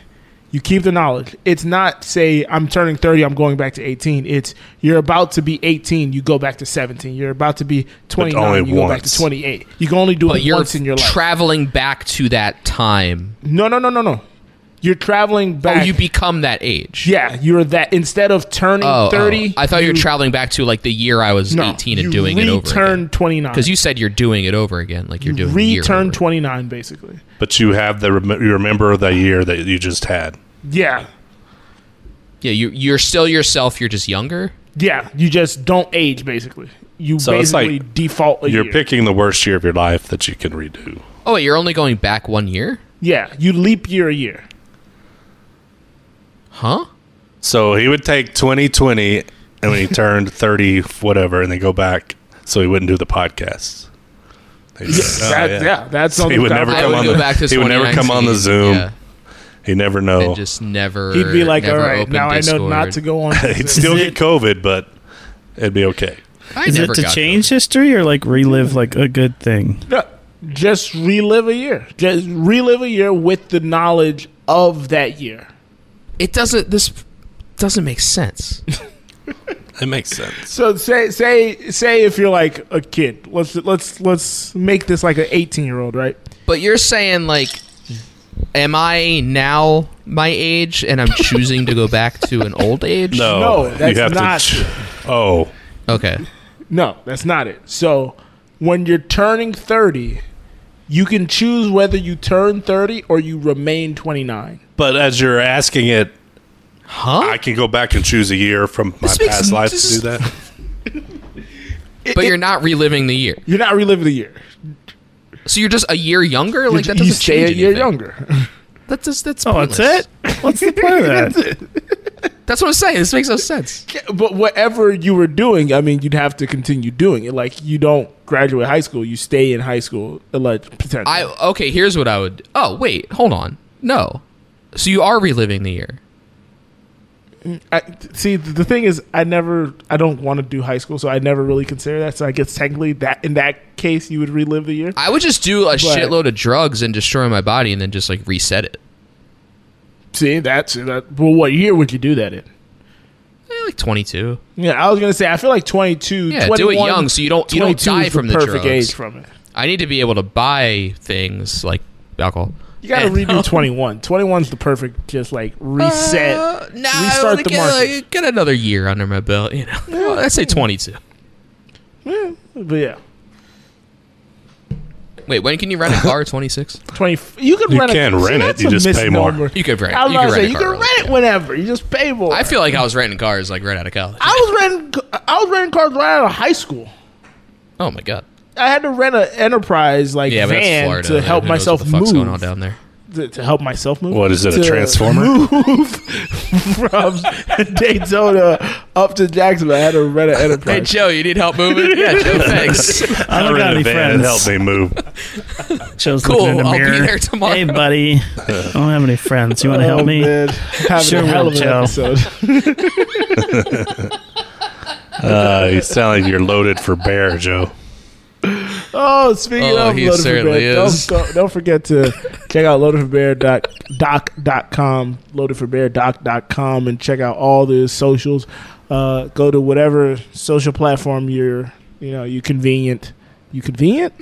You keep the knowledge. It's not say I'm turning thirty. I'm going back to eighteen. It's you're about to be eighteen. You go back to seventeen. You're about to be twenty nine. only You go back once. to twenty eight. You can only do But it you're once in your life. traveling back to that time. no, no, no, no, no. You're traveling Oh, back. you become that age. yeah, you're that. Instead of turning Oh, oh. thirty, I thought you were traveling back to like the year I was no, 18 and you doing it over Return again. twenty nine. Because you said you're doing it over again, like you're doing the year return over. twenty nine basically. But you have the rem- you remember the year that you just had. Yeah, Yeah, you you're still yourself. You're just younger. Yeah, you just don't age basically. You So it's basically like default a You're year. picking the worst year of your life that you can redo. Oh, wait, you're only going back one year, Yeah, you leap year a year. huh? So he would take 2020 and when he turned 30, whatever, and then go back so he wouldn't do the podcast. He'd be like, "Oh, That- yeah. that's on He the would top. never I come would on go the- back to he would never come on the 2019, Zoom. yeah, You never know. and just never. He'd be like, all never right, open now I know Discord. not to go on. He'd still Is get COVID, but it'd be okay. I Is it never to got change history or like relive like a good thing? No, just relive a year. Just relive a year with the knowledge of that year. It doesn't. This doesn't make sense. It makes sense. So say say say if you're like a kid, let's let's let's make this like an 18 year old, right? But you're saying like, am I now my age and I'm choosing to go back to an old age? No, No, that's you have not- To, ch- oh, Okay. No, that's not it. So when you're turning 30, you can choose whether you turn 30 or you remain 29. but as you're asking it, Huh? I can go back and choose a year from my This makes- past life to this do is- that. but you're not reliving the year, You're not reliving the year. so you're just a year younger. Like you, that doesn't you stay change a year anything. younger. That does. That's. Oh, that's pointless. it. What's the point of that? That's what I'm saying. This makes no sense. but whatever you were doing, I mean, you'd have to continue doing it. Like you don't graduate high school, you stay in high school. Like, potentially. I okay. Here's what I would. Oh wait, hold on. No, so you are reliving the year. I see. th- The thing is, I never, I don't want to do high school, so I never really consider that. So I guess technically, that in that case, you would relive the year. I would just do a shitload of drugs and destroy my body, and then just like reset it. See, that's that. Well, what year would you do that in? Eh, like 22. Yeah, I was gonna say. I feel like 22, Yeah, do it 21, young so you don't- you don't 22 die is from the perfect drugs. age from it. I need to be able to buy things like alcohol. You gotta And- redo 21. 21's the perfect, just like reset, Uh, nah, I restart wanna the get, market. like, get another year under my belt. You know, well, I say 22. but yeah, Wait, when can you rent a car? 26. 20. You can You rent. can a, rent it, that's you a just pay more. misnomer. You could rent. I was you about could to rent say a you car. can early, rent it yeah. whenever. You just pay more. I feel like I was renting cars like right out of college. I was renting. I was renting cars right out of high school. oh my god. I had to rent an enterprise like Yeah, but that's van Florida. to help Who knows myself what the fuck's move. going on down there. to, to help myself move. What is it, a To transformer? Move from Daytona up to Jacksonville. I had to rent an Hey enterprise. Joe, you need help moving? Yeah, Joe, thanks. I don't got rented any a van and friends. helped me move. Joe's Cool, looking in the I'll be mirror. there tomorrow. Hey, buddy. I don't have any friends. You want to Oh, help me? man. Having Sure a hell will, of an Joe. episode. Uh, you sound like you're loaded for bear, Joe. Oh, speaking Oh, of he Loaded for certainly Bear, is. don't, go, don't forget to check out loadedforbear.doc.com, loadedforbear.doc.com, and check out all the socials. Uh, go to whatever social platform you're, you know, you convenient. You convenient?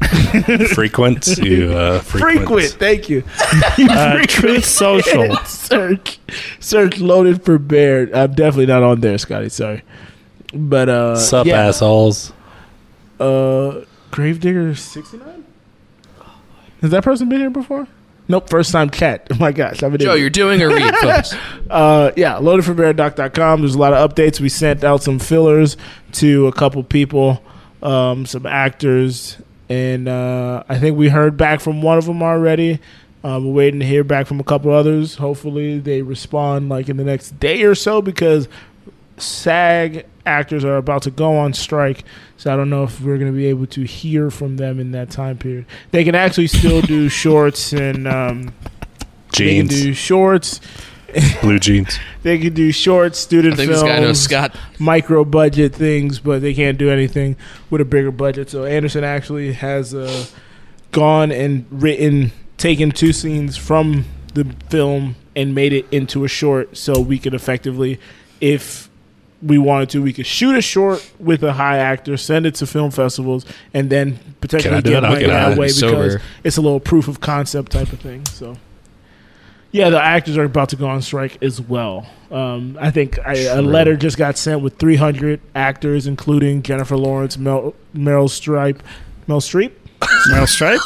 Frequent. You uh, Frequent. frequent. Thank you. Uh, Truth Social. search, search Loaded for Bear. I'm definitely not on there, Scotty. Sorry. But, uh, Sup, yeah, assholes. uh, Gravedigger69? Has that person been here before? Nope, first time cat. Oh my gosh, I'm an Joe, idiot. you're doing a read, folks. Uh, yeah, loadedforbeardoc.com. There's a lot of updates. We sent out some fillers to a couple people, um, some actors, and uh, I think we heard back from one of them already. Um, we're waiting to hear back from a couple others. Hopefully, they respond like in the next day or so because SAG actors are about to go on strike. So I don't know if we're going to be able to hear from them in that time period. They can actually still do shorts and um, they can Jeans. do shorts. Blue jeans. They could do short student I think films, this guy knows Scott. micro budget things, but they can't do anything with a bigger budget. So Anderson actually has uh, gone and written, taken two scenes from the film and made it into a short. So we could effectively, if we wanted to, we could shoot a short with a high actor, send it to film festivals, and then potentially do get it? I'll money get it. that I'm way because sober. it's a little proof of concept type of thing. So. Yeah, the actors are about to go on strike as well. Um, I think I, a letter just got sent with 300 actors, including Jennifer Lawrence, Mel, Meryl Streep, Mel Streep, Meryl Streep.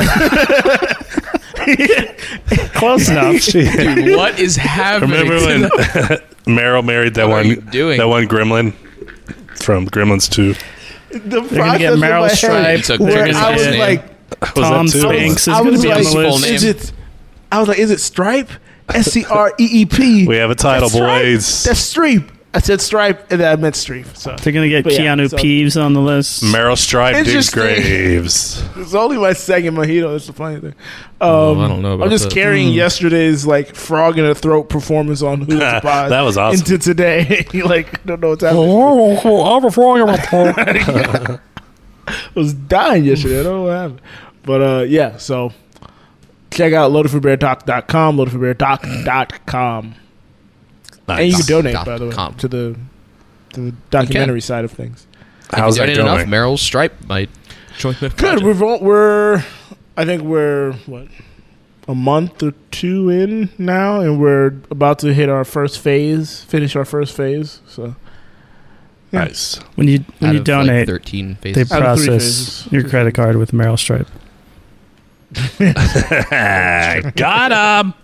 Close enough. Dude, what is happening? Remember to when the- Meryl married that What are one you doing? that one gremlin from Gremlins 2? Was the They're gonna get Meryl head. Streep. It's a- They're Where gonna I was get name. like, that Tom two? Hanks is I going to was be like, on the full list. is name. it? I was like, is it Stripe? S C R E E P. We have a title, That's right. boys. That's Streep. I said Stripe, and then I meant Streep. So They're going to get But yeah, Keanu so- Peeves on the list. Meryl Streep digs Interesting. graves. It's only my second mojito. That's the funny thing. Um, Oh, I don't know about I'm just that. Hmm. carrying yesterday's like frog in a throat performance on Who's the Pod That was awesome. into today. you like don't know what's happening. I was dying yesterday. I don't know what happened. But uh, yeah, so check out loadedforbeardoc.com, loadedforbeardoc.com, and you can Nice. donate Dot by the way com. to the to the documentary side of things. How's that Donate going? enough, Meryl Stripe might join the Good. project. We've all, we're I think we're what a month or two in now, and we're about to hit our first phase, finish our first phase. So Nice. When you when Out you of, like, donate, 13 they faces. three process phases. your credit card with Meryl Streep. Got him.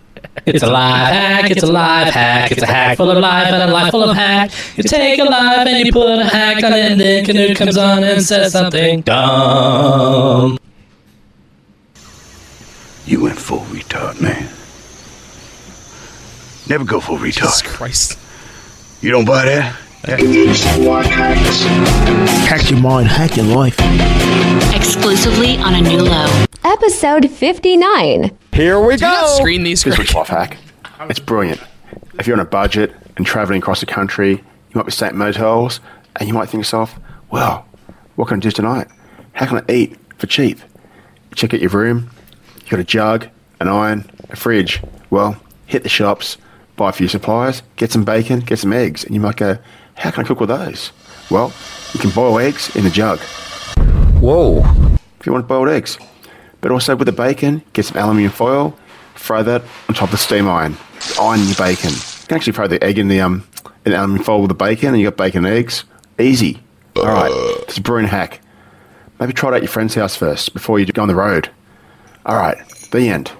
It's a live hack, it's a live hack, it's a hack full of life and a life full of hack. You take a life and you put a hack on it and then Canute comes on and says something dumb. You went full retard, man. Never go full Jesus retard. Christ. You don't buy that? hack your mind, hack your life. exclusively on a new low. Episode 59. Here we Do you not screen these Here's correctly? a life hack. It's brilliant. If you're on a budget and traveling across the country, you might be staying at motels and you might think to yourself, well, what can I do tonight? How can I eat for cheap? Check out your room. You got a jug, an iron, a fridge. Well, hit the shops, buy a few supplies, get some bacon, get some eggs, and you might go, how can I cook with those? Well, you can boil eggs in a jug Whoa. if you want boiled eggs. But also with the bacon, get some aluminium foil, fry that on top of the steam iron. Iron your bacon. You can actually fry the egg in the um in the aluminium foil with the bacon, and you got bacon and eggs. Easy. All right, it's a brewing hack. Maybe try it at your friend's house first before you go on the road. All right, the end.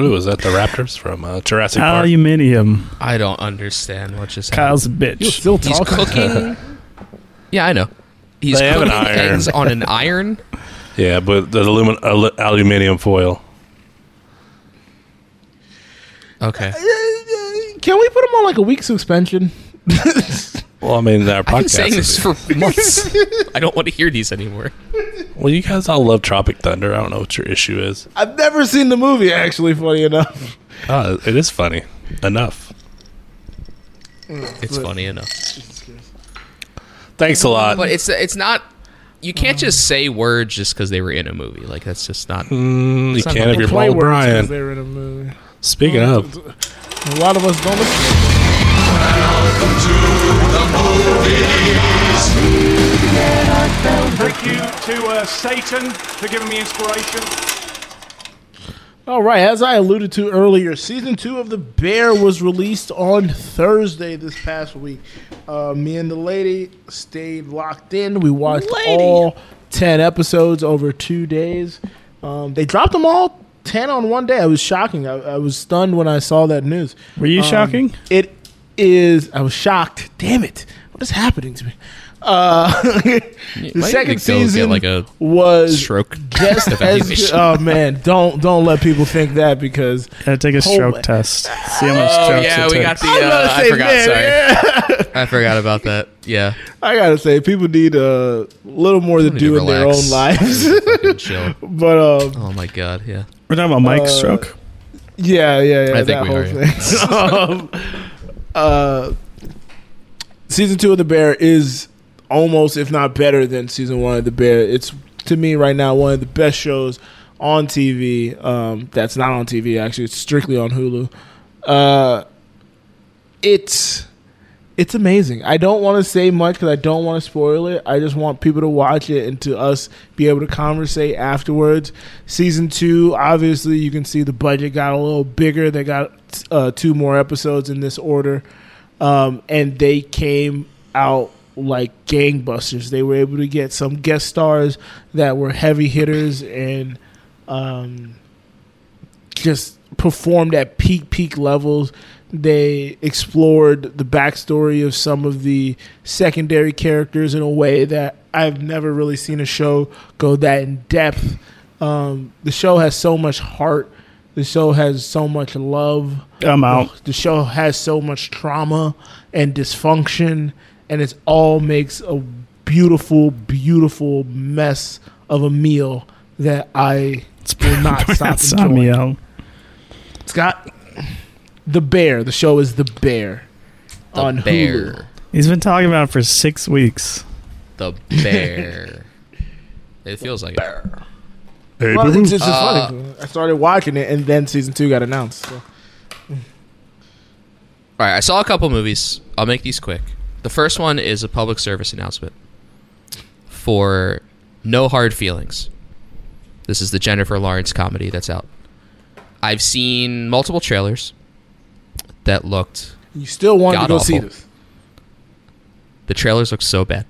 Ooh, is that the Raptors from uh, Jurassic Park? Aluminium. I don't understand what just happened. Kyle's a bitch. Still He's talking. cooking. yeah, I know. He's They have cooking an iron. eggs on an iron. yeah, but the aluminum, al- aluminium foil. Okay. Can we put him on like a week suspension? Well, I mean, our I've been podcast. saying is- this for months. I don't want to hear these anymore. well, you guys all love Tropic Thunder. I don't know what your issue is. I've never seen the movie. Actually, funny enough, Uh, it is funny enough. It's funny enough. Thanks a lot. But it's it's not. You can't just say words just because they were in a movie. Like that's just not. Mm, you it's not can't if helpful. you're Paul O'Brien. They're in a movie. Speaking of, A lot of us don't listen. Thank you to uh, Satan for giving me inspiration. All right, as I alluded to earlier, season two of The Bear was released on Thursday this past week. Uh, me and the lady stayed locked in. We watched all 10 episodes over two days. Um, they dropped them all 10 on one day. I was shocking. I, I was stunned when I saw that news. Were you Um, shocking? It is. I was shocked. Damn it. What is happening to me? Uh, the need to go second get, season like, a was stroke just as evaluation. good. Oh man, don't don't let people think that because Gotta take a Oh, stroke man. test. See how much Oh, strokes yeah, it we takes. got the, I was uh, gonna I say, forgot, man, sorry. yeah. I forgot about that. Yeah. I gotta say, people need a little more to People need do to in their relax. own lives. Fucking chill. but um, Oh my god. Yeah. We're talking about Mike's Uh, stroke. Yeah, yeah, yeah. I think that we whole thing. are, yeah. Um, uh, season two of The Bear is almost, if not better, than season one of The Bear. It's to me right now one of the best shows on TV. Um, that's not on TV actually; it's strictly on Hulu. Uh, it's it's amazing. I don't want to say much because I don't want to spoil it. I just want people to watch it and to us be able to conversate afterwards. Season two, obviously, you can see the budget got a little bigger. They got uh, two more episodes in this order, um, and they came out like gangbusters. They were able to get some guest stars that were heavy hitters and. Um, just performed at peak peak levels. They explored the backstory of some of the secondary characters in a way that I've never really seen a show go that in depth. Um, the show has so much heart. The show has so much love. I'm out. The show has so much trauma and dysfunction, and it all makes a beautiful, beautiful mess of a meal that I will not stop That's not enjoying. me out. Scott, The Bear. The show is The Bear The on bear. Hulu. He's been talking about it for six weeks. The bear. it feels like it. hey, Well, boo-boo. it's, it's just Uh, funny. I started watching it, and then season two got announced. so. All right, I saw a couple movies. I'll make these quick. The first one is a public service announcement for No Hard Feelings. This is the Jennifer Lawrence comedy that's out. I've seen multiple trailers that looked. You still want to God go awful. see this? The trailers look so bad.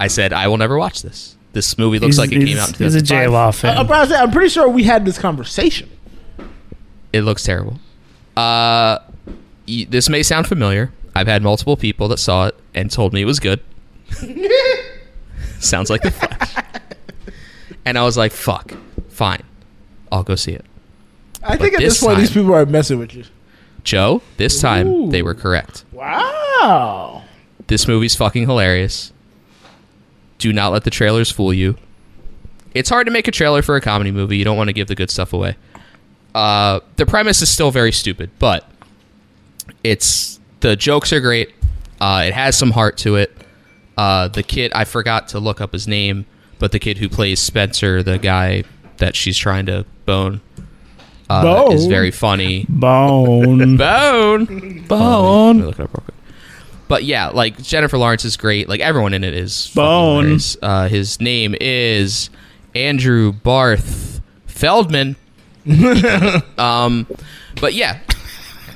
I said I will never watch this. This movie looks He's- like it came he's- out. In He's a 2005. J Law Uh, I, uh, fan. am pretty sure we had this conversation. It looks terrible. Uh, y- this may sound familiar. I've had multiple people that saw it and told me it was good. Sounds like the Flash. And I was like, "Fuck, fine, I'll go see it." I think at this this, point, these time- people are messing with you. Joe, this time they were correct. Wow. This movie's fucking hilarious. Do not let the trailers fool you. It's hard to make a trailer for a comedy movie. You don't want to give the good stuff away. Uh, the premise is still very stupid, but it's the jokes are great. Uh, it has some heart to it. Uh, the kid, I forgot to look up his name, but the kid who plays Spencer, the guy that she's trying to bone, uh, is Bone? very funny. Bone. Bone. Bone. Let me look it up real quick. But yeah, like Jennifer Lawrence is great. Like everyone in it is fucking Bone. hilarious. Uh, his name is Andrew Barth Feldman. um, but yeah,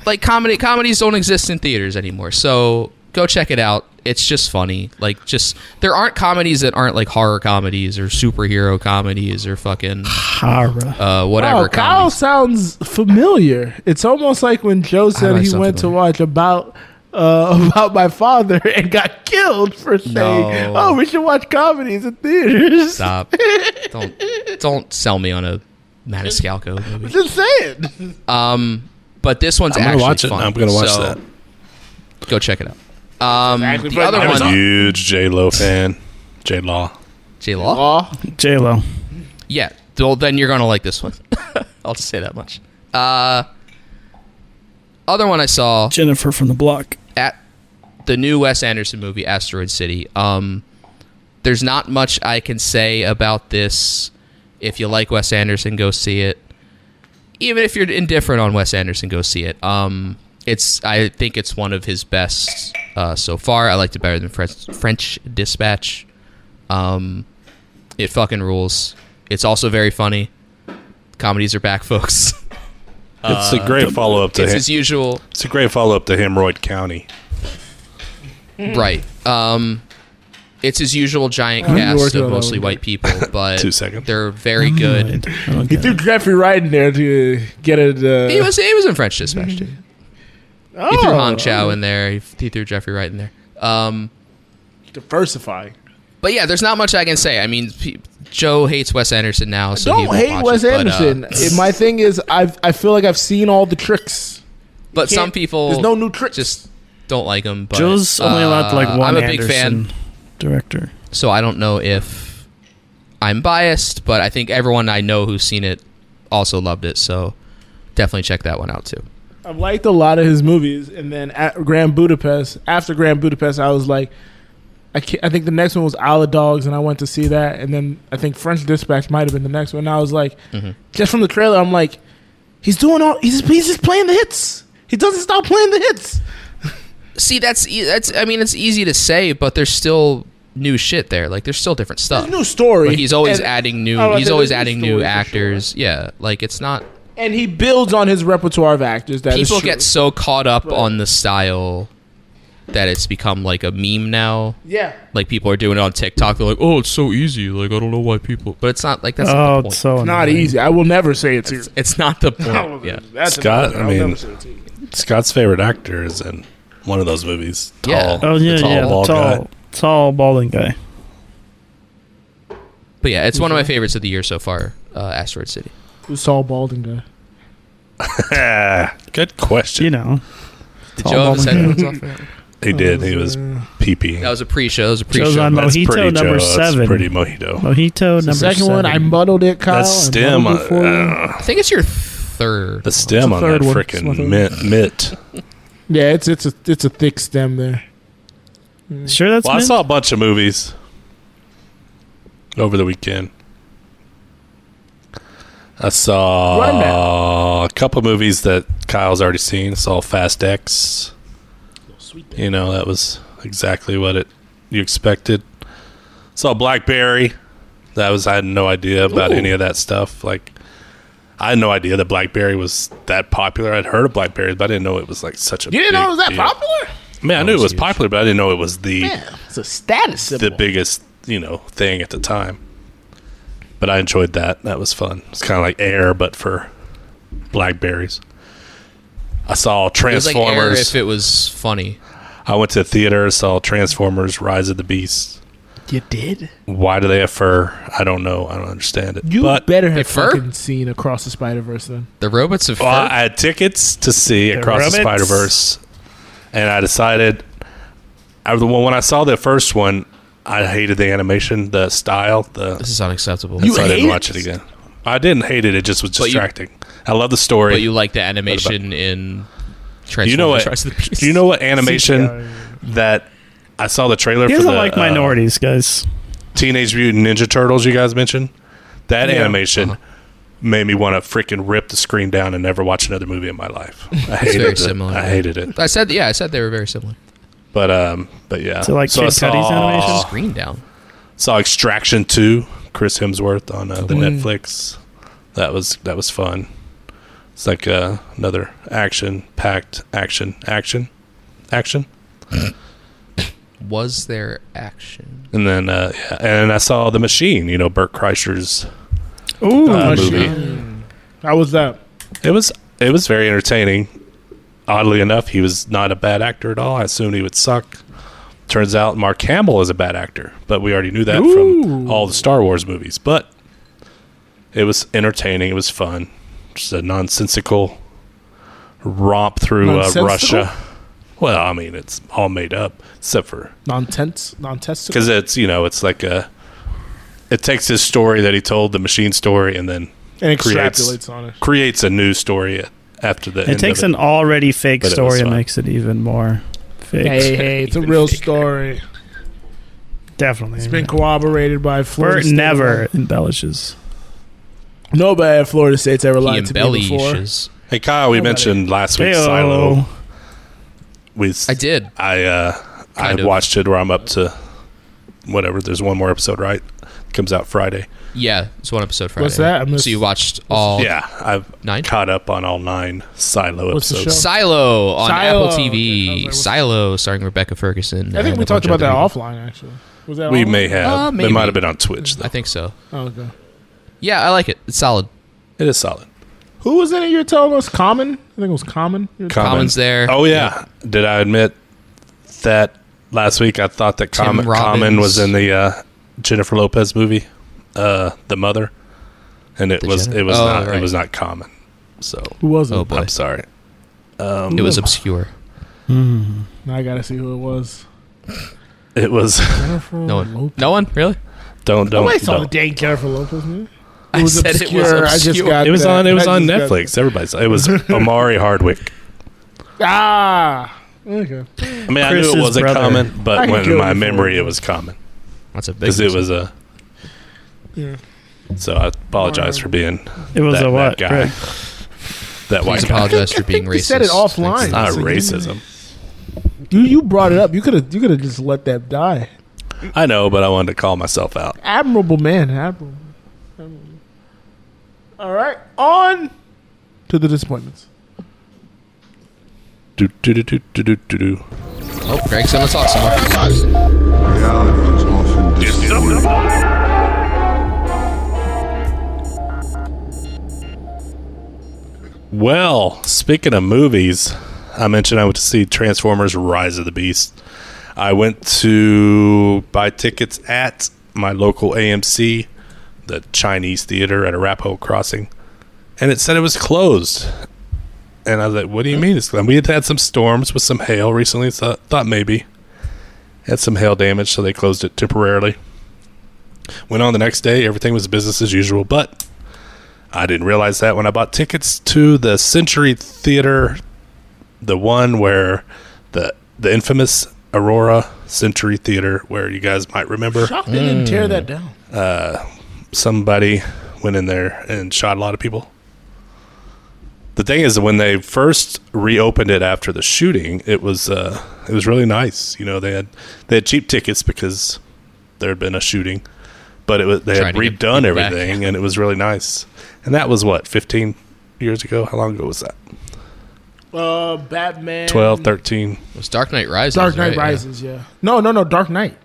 like comedy comedies don't exist in theaters anymore. So go check it out. It's just funny. Like just there aren't comedies that aren't like horror comedies or superhero comedies or fucking Horror. uh, whatever. Wow, Kyle comedies. sounds familiar. It's almost like when Joe do I said he sound went to familiar? watch about uh, about my father and got killed for No. saying, "Oh, we should watch comedies in theaters." Stop. don't don't sell me on a Maniscalco movie. Just saying. Um, but this one's I'm gonna actually watch it. fun. I'm gonna watch so that. Go check it out. Um, the other I was a one, huge J Lo fan. J Law. J Law. Aw. J Lo. Yeah. Well, then you're gonna like this one. I'll just say that much. Uh, other one I saw Jennifer from the block. at the new Wes Anderson movie, Asteroid City. Um, there's not much I can say about this. If you like Wes Anderson, go see it. Even if you're indifferent on Wes Anderson, go see it. Um, it's I think it's one of his best uh, so far. I liked it better than French, French Dispatch. Um, it fucking rules. It's also very funny. Comedies are back, folks. It's a Uh, great follow up to it's him- his usual. It's a great follow up to Hemorrhoid County. Right. Um, it's his usual giant I'm cast working on of that mostly one. white people, but Two seconds. they're very good. He threw Jeffrey Wright in there to get it. Uh, He was he was in French Dispatch too. Oh, He threw Hong Chow in there. He, he threw Jeffrey Wright in there. Um, Diversifying. but yeah, there's not much I can say. I mean, pe- Joe hates Wes Anderson now, so he Don't won't hate watch Wes it, but, uh, Anderson. It- my thing is, I've I feel like I've seen all the tricks. But some can't- people there's no new tricks. Just don't like him. But, Joe's only allowed to like uh, one I'm a big Anderson fan, director. so I don't know if I'm biased, but I think everyone I know who's seen it also loved it. So definitely check that one out too. I've liked a lot of his movies, and then at Grand Budapest, after Grand Budapest, I was like, I can't, I think the next one was Isle of Dogs, and I went to see that, and then I think French Dispatch might have been the next one. And I was like, Mm-hmm. just from the trailer, I'm like, he's doing all, he's he's just playing the hits. He doesn't stop playing the hits. Uh, See, that's e- that's. I mean, it's easy to say, but there's still new shit there. Like there's still different stuff. New story. Like, he's always and, adding new. I was he's gonna always say, there's adding new new story for actors. Yeah, like it's not. and he builds on his repertoire of actors. That is people true. get so caught up on the style that it's become like a meme now. Yeah. Like people are doing it on TikTok. They're like, "Oh, it's so easy." Like I don't know why people, but it's not like that's. not the oh, point. it's so It's not easy. I will never say it's here. It's not the point. yeah. That's Scott, another- I I'll mean, never say it's easy. Scott's favorite actor is in one of those movies. Tall, Yeah. Oh yeah, the tall, yeah, bald tall, guy. tall balding guy. But yeah, it's one of my favorites of the year so far. Uh, Asteroid City. Who's Saul Balding guy? Ah, Good question. You know, Did Tall Joe have his balding headphones guy. off? That He did. He was Uh, peeping. was a pre-show. That was a Joe's pre-show. on That's Mojito pretty number Joe. seven. That's pretty Uh, mojito. Mojito number The second seven. one, I muddled it, Kyle. That I stem, muddled it for you. uh, I think it's your third. the stem the on third that one? It's my freaking third. mitt. mitt. Yeah, it's it's a it's a thick stem there. Sure, that's Well, I mint? saw a bunch of movies over the weekend. I Run Uh, saw a couple movies that Kyle's already seen. I saw Fast X. You know, that was exactly what it you expected. Saw Blackberry. That was I had no idea about Ooh. any of that stuff. Like I had no idea that Blackberry was that popular. I'd heard of Blackberry, but I didn't know it was like such a You didn't know big it was that deal. popular? I mean, I knew it was popular, but I didn't know it was the Yeah, it's a status symbol. the biggest you know thing at the time. But I enjoyed that. That was fun. It's kind of like air, but for blackberries. I saw It was like air if Transformers. it was funny. I went to the theater, saw Transformers: Rise of the Beast. you did? Why do they have fur? I don't know. I don't understand it. You but better have fur? fucking seen Across the Spider Verse then. The robots of well, fur? I had tickets to see Across the rabbits. Spider Verse, and I decided. I, the one when I saw the first one, I hated the animation, the style, the this is unacceptable. so I hate didn't it? watch it again. I didn't hate it. It just was But you- distracting. I love the story. but you like the animation in Transformers Do you know what? Rise of the Beast. Do you know what animation that I saw the trailer He for? doesn't the, like uh, minorities, guys. Teenage Mutant Ninja Turtles. You guys mentioned that animation Uh-huh. made me want to freaking rip the screen down and never watch another movie in my life. I hated very it. similar. I hated it. I said yeah. I said they were very similar. But um, but yeah. So, like, I Kid Cudi's animation? Screen down. Saw Extraction Two, Chris Hemsworth on uh, the Netflix. That was that was fun. It's like uh, another action packed action action action. Was there action? And then uh, yeah, and I saw The Machine. You know, Burt Kreischer's Ooh, uh, Machine. movie. Oh, How was that? It was it was very entertaining. Oddly enough, he was not a bad actor at all. I assumed he would suck. Turns out Mark Hamill is a bad actor, but we already knew that from all the Star Wars movies. But it was entertaining. It was fun. Just a nonsensical romp through uh, Nonsensical? Russia. Well, I mean, it's all made up, except for Non-tense, non-testicle. because it's you know it's like a it takes his story that he told the machine story and then And creates- extrapolates on it. creates a new story after the it takes an already fake But it was story and fun. makes it even more fakes. Hey, hey, it's a real story. Definitely. It's been corroborated by Florida Bert State. never embellishes. Nobody at Florida State's ever lied to me before. Hey Kyle, we Nobody. mentioned last week's Heyo. silo. We I did. I uh I Kind of. watched it where I'm up to whatever. There's one more episode, right? Comes out Friday. Yeah, it's one episode Friday. What's that? I missed- so you watched all yeah, I've caught up on all nine silo What's the episodes. Silo on Silo. Apple TV. Silo starring Rebecca Ferguson. I think we talked about that offline, actually. Was that We offline? may have. Uh, It maybe. might have been on Twitch though. I think so. Oh, okay. Yeah, I like it. It's solid. It is solid. Who was in it? You were telling us Common. I think it was Common. You were Common. there. Oh yeah. Did I admit that last week? I thought that Tim Common, Common Robbins. was in the uh, Jennifer Lopez movie, uh, The Mother, and it was Jennifer- it was Oh, not right. it was not Common. So Who was it? Oh boy, I'm sorry. Um, it was Mm. obscure. Now I gotta see who it was. It was Jennifer No one. Lopez. No one really. don't don't. Nobody saw don't. the dang Jennifer Lopez movie. I said it was I just obscure. got It was that. on. It was I on just got- Netflix. Everybody saw. It was Amari Hardwick. Ah, okay. I mean, I knew it wasn't common, I but could when go in my before. memory it was common. That's a big. Because it was a. Yeah. So I apologize for being. It was that, a That what, guy. Rick? That white Please guy. apologize for being He racist. said it offline. It's not So you- racism. You you brought it up. You could have you could have just let that die. I know, but I wanted to call myself out. Admirable man. Admirable. Admirable. All right. On to the disappointments. Do, do, do, do, do, do, do, do. Oh, Greg's gonna talk some more. Well, speaking of movies, I mentioned I went to see Transformers Rise of the Beast. I went to buy tickets at my local AMC, the Chinese theater at Arapahoe Crossing, and it said it was closed. And I was like, what do you mean it's closed? We had had some storms with some hail recently, so I thought maybe. Had some hail damage, so they closed it temporarily. Went on the next day, everything was business as usual, but I didn't realize that when I bought tickets to the Century Theater, the one where the the infamous Aurora Century Theater, where you guys might remember, Shocked they didn't tear that down. uh, somebody went in there and shot a lot of people. The thing is, when they first reopened it after the shooting, it was uh, it was really nice. You know, they had they had cheap tickets because there had been a shooting, but it was they had Trying to get redone people back. everything, and it was really nice. And that was what fifteen years ago. How long ago was that? Uh, Batman. 12, 13. It was Dark Knight Rises. Dark Knight right? Yeah. Rises. Yeah. No, no, no. Dark Knight.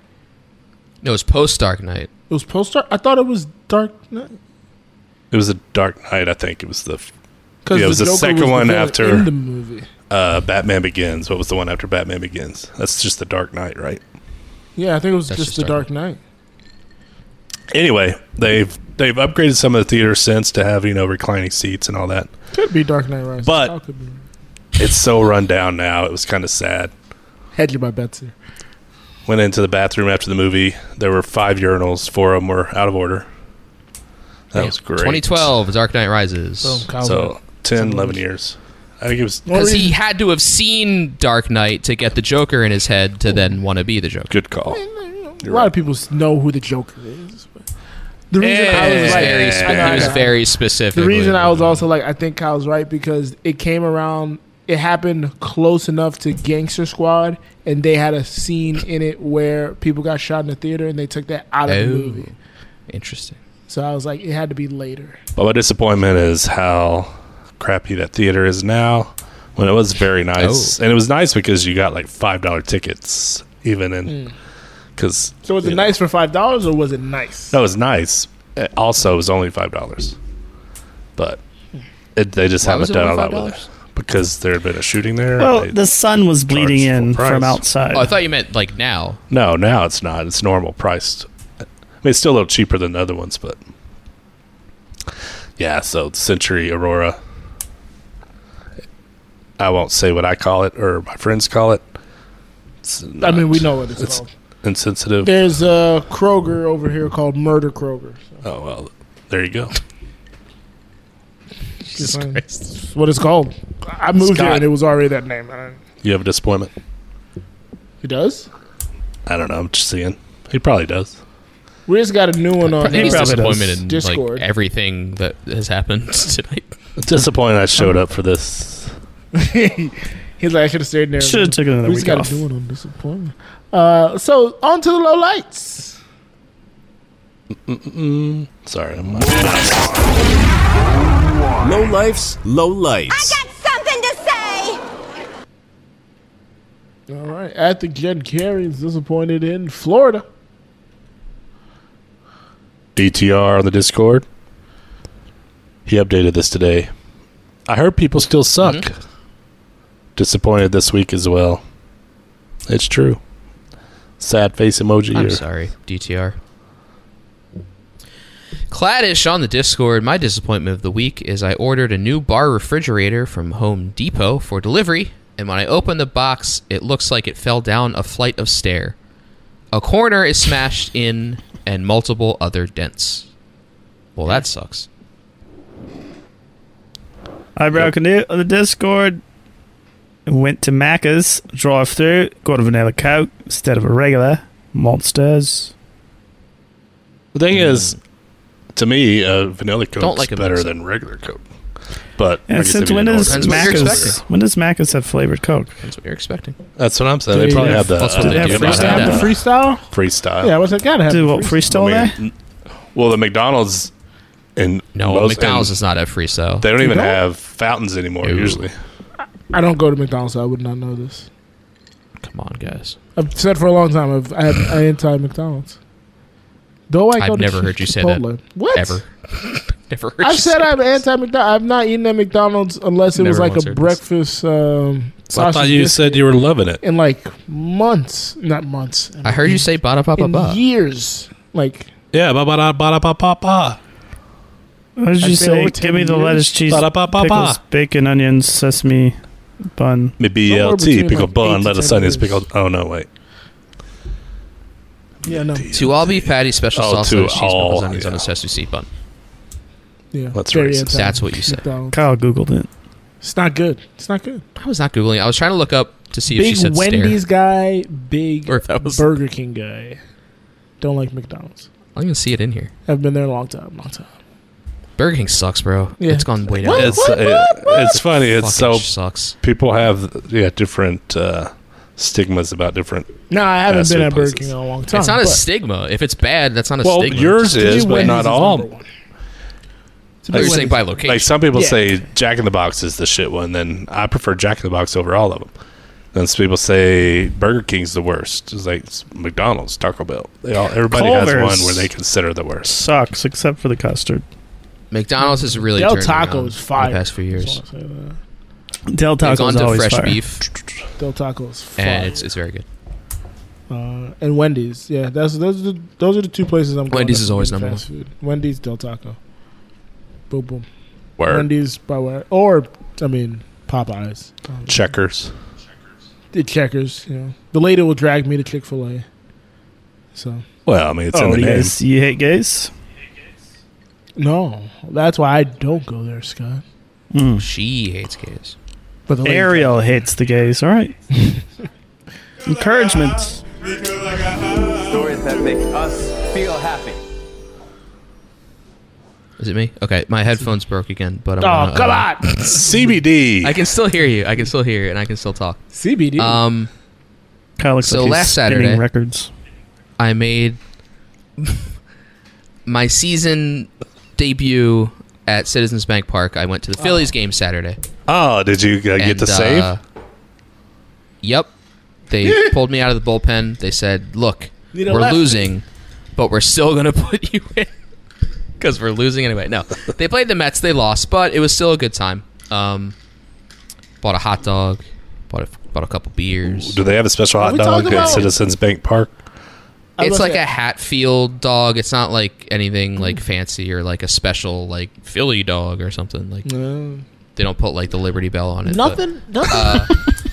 No, it was post Dark Knight. It was post Dark. I thought it was Dark Knight. It was a Dark Knight, I think. It was the 'Cause yeah, it was the the, Joker second was the one villain after in the movie. Uh, Batman Begins. What was the one after Batman Begins? That's just the Dark Knight, right? Yeah, I think it was That's just just the Dark Dark Knight. Anyway, they've they've upgraded some of the theaters since to have you know reclining seats and all that. Could be Dark Knight Rises. But- How could be? It's so run down now. It was kind of sad. Headley by Betsy. Went into the bathroom after the movie. There were five urinals. Four of them were out of order. That Yeah. was great. 2012, Dark Knight Rises. Oh, So 10, 11 years. I think it was Because he had to have seen Dark Knight to get the Joker in his head to then want to be the Joker. Good call. a lot of people s- know who the Joker is. But the reason I It was was like, very, spe- I know, it was I know. very specific. The reason I was also like, I think Kyle's right because it came around. It happened close enough to Gangster Squad, and they had a scene in it where people got shot in the theater, and they took that out of the Oh. movie. Interesting. So I was like, it had to be later. But my disappointment is how crappy that theater is now. When it was very nice, and it was nice because you got like five dollar tickets, even in Mm. because So was it nice for five dollars, or was it nice? no, it was nice. It also, it was only five dollars, but it, they just Why was haven't it done a only lot with it because there had been a shooting there. Well, They- the sun was bleeding in price. from outside. Oh, I thought you meant like now. no, now it's not. It's normal priced. I mean, it's still a little cheaper than the other ones, but yeah. So Century Aurora. I won't say what I call it or my friends call it. It's I mean, not- we know what it's, it's called. insensitive. There's a Kroger over here called Murder Kroger. Oh well, there you go. Jesus Christ. What it's called? I moved here Scott. and it was already that name. I don't- You have a disappointment. He does? I don't know. I'm just seeing. He probably does. We just got a new one on He's uh, disappointed in Discord. like everything that has happened tonight. Disappointed I showed up for this. He's like, I should have stayed there. Should've taken another we just week got off. a new one on disappointment. Uh, so on to the low lights. Mm-mm. Sorry. I'm Low life's low lights. Something to say! All right, at the Jen Carey's disappointed in Florida. BTR on the Discord. He updated this today. I heard people still suck. Disappointed this week as well. It's true. Sad face emoji. I'm or- sorry, DTR. Cladish on the Discord. My disappointment of the week is I ordered a new bar refrigerator from Home Depot for delivery, and when I open the box, it looks like it fell down a flight of stair. A corner is smashed in, and multiple other dents. Well, that sucks. Eyebrow Canute on the Discord. Went to Macca's, drive through, got a vanilla coke instead of a regular. Monsters. The thing is, to me, uh, vanilla Coke Don't like a better mix. than regular Coke. But I And guess since if you when didn't order does it, it's Macca's regular. when does Macca's have flavored coke? That's what you're expecting. That's what I'm saying. They Do probably they have the have- Do they have uh, freestyle? they have Do the freestyle? Freestyle. Yeah, I was like, gotta have Do the what Oh, freestyle I there? mean, Well, the McDonald's and No, McDonald's does not have freestyle. They don't They even don't? have fountains anymore. Ew. Usually, I don't go to McDonald's, so I would not know this. Come on, guys. I've said for a long time, I've, I have I anti McDonald's. Though I I've go to never heard you say that. Chipotle. What? Ever. never heard I've you said I'm anti McDonald's. I've not eaten at McDonald's unless it was Never like once a heard this. breakfast um, I sausage thought you biscuit said you were loving it. in like months, not months. Mm-hmm. I heard you say bada ba ba in ba. years. Like Yeah, ba ba da ba da ba ba ba. What did I'd you say say? over Give 10 me the years. lettuce, cheese, Ba-da-ba-ba-ba. pickles, bacon, onions, sesame bun. Maybe Somewhere BLT between, pickle like, eight bun, to lettuce, ten onions, years. pickled. Oh no, wait. yeah, no, To all beef patty, special Oh, sauce, to lettuce, cheese, all, pickles, onions on a sesame seed bun. yeah. That's very racist. anti- That's what you said. McDonald's. Kyle googled it. It's not good. It's not good. I was not googling. I was trying to look up to see if she big said Wendy's stare. guy, big Or if that was- Burger King guy. Don't like McDonald's. I don't even see it in here. I've been there a long time, long time. Burger King sucks, bro. Yeah. It's gone way down. It's it- it's funny. It's Fucking so sucks. people have yeah different uh, stigmas about different. No, I haven't fast been food at Burger places. King in a long time. it's not a but stigma. If it's bad, that's not a Well, stigma. yours is, but Wendy's not is all. number one. To me, You're Wendy's- saying by location. Like some people Yeah. say Jack in the Box is the shit one. Then I prefer Jack in the Box over all of them. Then some people say Burger King's the worst. It's like it's McDonald's, Taco Bell. They all everybody has one Culver's. where they consider the worst. Sucks except for the custard. McDonald's has really Del turned around Taco is fire. in the past few years. That's all I'm saying, uh, Del They've Taco's gone to always fresh fire. beef, Del Taco is fire. and Eh, it's, it's very good. Uh, and Wendy's. Yeah, that's those are the, those are the two places I'm. going Wendy's to is always for number fast Food. Wendy's, Del Taco. Boom boom. Word. Wendy's by where or I mean Popeyes. Um, Checkers. the Checkers. You know, the lady will drag me to Chick Fil A. So Well, I mean it's oh, in the you, name. guys, you hate gays? no, that's why I don't go there, Scott. Mm. She hates gays. But the lady- Ariel hates the gays. All right. Encouragement. Stories that make us feel happy. Is it me? Okay, my headphones broke again, but I'm. Oh gonna, come uh, on, CBD. I can still hear you. I can still hear you, and I can still talk. CBD. Um, Kyle looks So like he's last spinning Saturday- records. I made my season debut at Citizens Bank Park. I went to the Phillies game Saturday. Oh, did you uh, get And, to save? uh, Yep. They pulled me out of the bullpen. They said, "Look, Need a we're lefty." losing, but we're still going to put you in because we're losing anyway." No, they played the Mets. They lost, but it was still a good time. Um, bought a hot dog. Bought a, bought a couple beers. Do they have a special Are hot we dog talking at about- Citizens Bank Park? I was it's about like to say- a Hatfield dog. It's not like anything like fancy or like a special like Philly dog or something. Like No. they don't put like the Liberty Bell on it. but- nothing. Nothing. uh,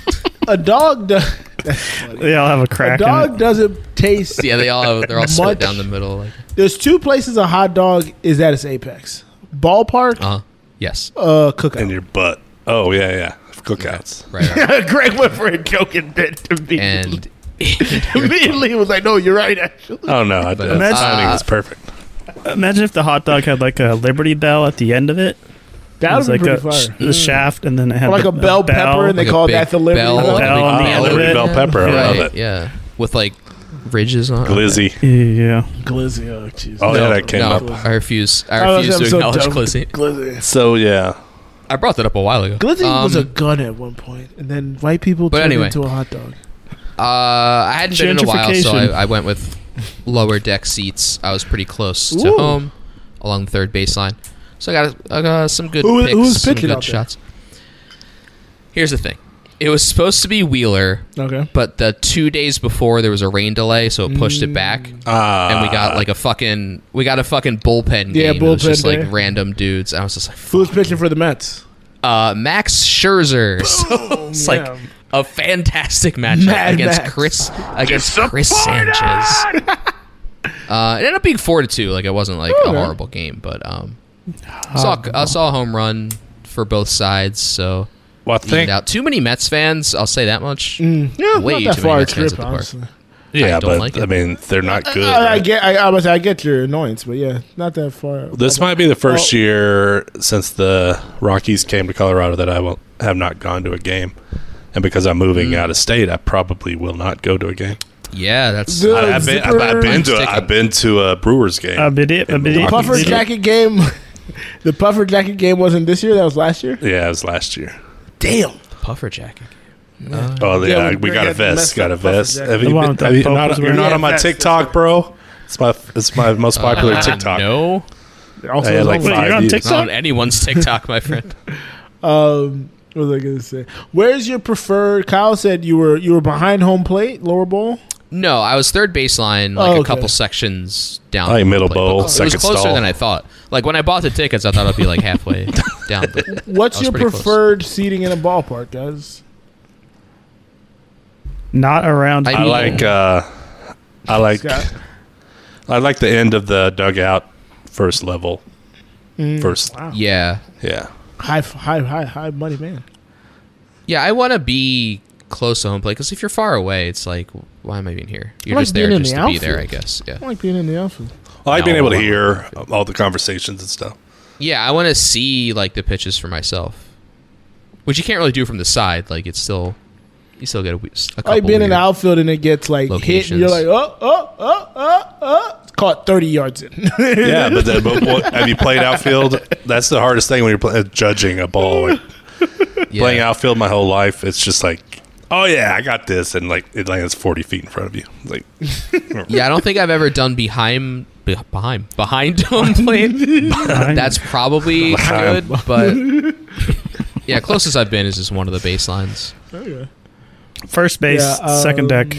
a dog. does. They all have a a crack. in dog it. doesn't taste. yeah, they all they're all Much- split down the middle. Like There's two places a hot dog is at its apex: ballpark, uh yes, uh, In cookout. your butt. Oh yeah, yeah. Cookouts. right. right. Greg went for a joking bit to be. and Immediately, it was like, no, you're right, actually. Oh no, I, the Imagine- timing uh, was perfect. Imagine if the hot dog had like a Liberty Bell at the end of it. That It was would like be a, pretty fire. Mm. the shaft, and then it had Or like a bell pepper, and they call call that the Liberty bell, Bell. a bell on the big end of Liberty it. bell pepper, I love it. Yeah, with like ridges on. it. Glizzy. Yeah. Glizzy, oh, jeez. Oh, yeah, No, that came no, up. I refuse. I I was refuse to having so acknowledge dumb- Glizzy. Glizzy. So yeah, I brought that up a while ago. Glizzy was a Um, gun at one point, and then white people But turned anyway. into a hot dog. Uh, I hadn't been in a while, so I, Gentrification. I went with lower deck seats. I was pretty close to Ooh. home along the third baseline, so I got I got some good Who- picks, who was some pitching good out there? shots. Here's the thing: it was supposed to be Wheeler, Okay. but the two days before there was a rain delay, so it pushed Mm. it back, and we got like a fucking we got a fucking bullpen game. Yeah, it was just bullpen day. like random dudes. I was just like, Who was pitching for the Mets? uh, Max Scherzer. So it's like a fantastic matchup Mad against Max. Chris against Chris Sanchez. uh, it ended up being four to two. Like it wasn't like a Okay. Oh, horrible game, but um, saw I saw a home run for both sides. So well, think- out. too many Mets fans. I'll say that much. Yeah, it's way not too that many far a Mets fans trip, at the honestly. park. yeah, I don't but like it. I mean, they're not good. Uh, I, I right? get, I, I, was- I get your annoyance, but yeah, not that far. This might be the first year since the Rockies came to Colorado that I will have not gone to a game, and because I'm moving out of state, I probably will not go to a game. Yeah, that's. The I, I've been, I've, I've been to, Ticket. I've been to a Brewers game. A bit it, a bit The it. puffer jacket game. The puffer jacket game wasn't this year. That was last year. Yeah, it was last year. Damn. Puffer jacket. Oh Yeah, yeah, we, we- got a yeah, vest. messed Got a up puffer vest. jacket. Have you The one been- with the have you not- popos you're wearing- not Yeah, on my vest, TikTok, bro. It's my it's my most popular Uh, TikTok. No, Also, I had like it's five you're on views. TikTok? not on anyone's TikTok, my friend. Um, what was I gonna say? Where's your preferred? Kyle said you were you were behind home plate, lower bowl. No, I was third baseline, like Oh, a okay. couple sections down. I like from the middle plate, bowl, but It second was closer stall. than I thought. Like when I bought the tickets, I thought I'd be like halfway down. but I What's was your pretty close. preferred seating in a ballpark, guys? Not around. I I people. like uh, I like Scott? I like the end of the dugout first level. First, Mm. Wow. Yeah, yeah. High, high, high, high money man. yeah. I want to be close to home plate because if you're far away, it's like, why am I even here? You're like just being there in just to the be there, I outfield. guess. Yeah, I like being in the outfield. I like No, being able to I like hear all the conversations and stuff. yeah. I want to see like the pitches for myself, which you can't really do from the side. Like it's still, you still get a, we- a couple. I like being in weird- the outfield and it gets like hit, and you're like, Locations. oh, oh, oh, oh, oh. It's caught thirty yards in. Yeah, but, the, but what, have you played outfield? That's the hardest thing when you're play, judging a ball. Like, Yeah. Playing outfield my whole life, it's just like, oh yeah, I got this, and like it lands forty feet in front of you. Like, Yeah, I don't think I've ever done behind be- behind behind home plate. That's probably Behind. good, but yeah, closest I've been is just one of the baselines. Okay. first base, Yeah, um, second deck.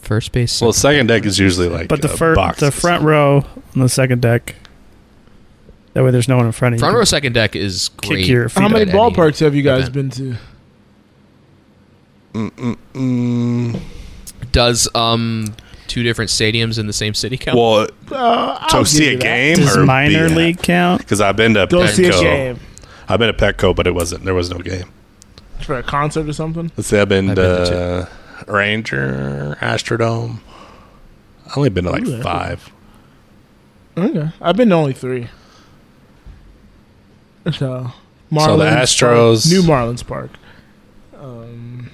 First base. well, second deck is usually like, But the uh, first, boxes. the front row on the second deck. That way, there's no one in front of you. Front row second deck is Kick great. your feet How many at any ballparks have you guys event. been to? Mm, Does um two different stadiums in the same city count? well, Uh, I'll to see give a you that. game Does or minor league count? because I've been to Go see a Petco. game I've been to Petco, but it wasn't. There was no game. for a concert or something. Let's see, I've been, I've been to Ranger, Astrodome. I've only been to like Ooh, that's- five. Okay, I've been to only three. So, So the Astros- Park, New Marlins Park, um,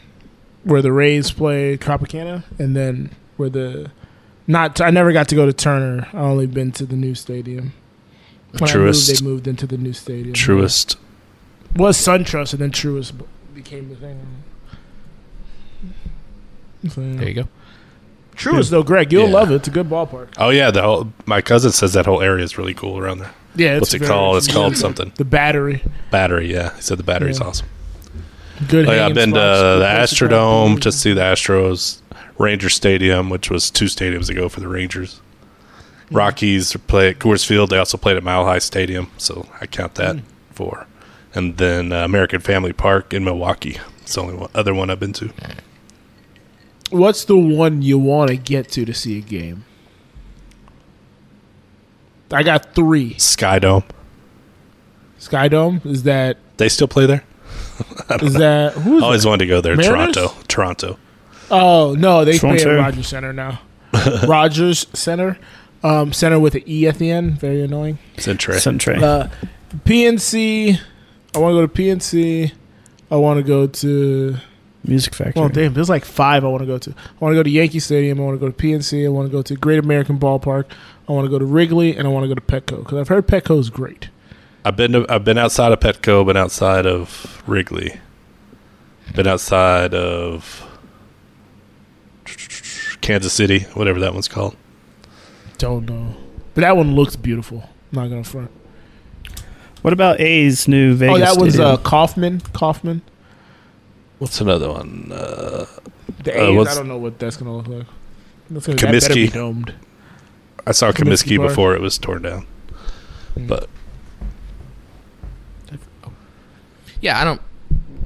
where the Rays play Tropicana, and then where the not I never got to go to Turner. I only been to the new stadium. When I Truist. moved, they moved into the new stadium. Truest. was SunTrust, and then Truist b- became the thing. So, yeah. there you go. Truist though, Greg, you'll Yeah. love it. It's a good ballpark. Oh yeah, the whole. My cousin says that whole area is really cool around there. Yeah, it's What's it very- called? It's called something. the Battery. Battery. Yeah, he said the battery's Yeah. awesome. Good. Oh, yeah, I've hanging been to spots, good the place to grab Astrodome food. to see the Astros, Ranger Stadium, which was two stadiums ago for the Rangers. Rockies play at Coors Field. They also played at Mile High Stadium, so I count that for. And then uh, American Family Park in Milwaukee. It's the only one, other one I've been to. What's the one you want to get to to see a game? I got three. Skydome. Skydome is that They still play there? Is that who is I always that? wanted to go there. Mariners? Toronto, Toronto. Oh no, they play Toronto. at Rogers Center now. Rogers Center, um, center with an e at the end. Very annoying. Centre. Uh, PNC. I want to go to PNC. I want to go to. Music Factory. Well, damn, there's like five I want to go to. I want to go to Yankee Stadium. I want to go to PNC. I want to go to Great American Ballpark. I want to go to Wrigley, and I want to go to Petco because I've heard Petco is great. I've been to, I've been outside of Petco, been outside of Wrigley, been outside of Kansas City, whatever that one's called. Don't know, but that one looks beautiful. not gonna front. What about A's new Vegas? oh, that was stadium? uh, Kaufman. Kaufman. What's another one? Uh, The uh, A's, I what's- don't know what that's gonna look like. That's gonna, that better be Comiskey. domed. I saw Comiskey Comiskey Park. before it was torn down, but Yeah, I don't.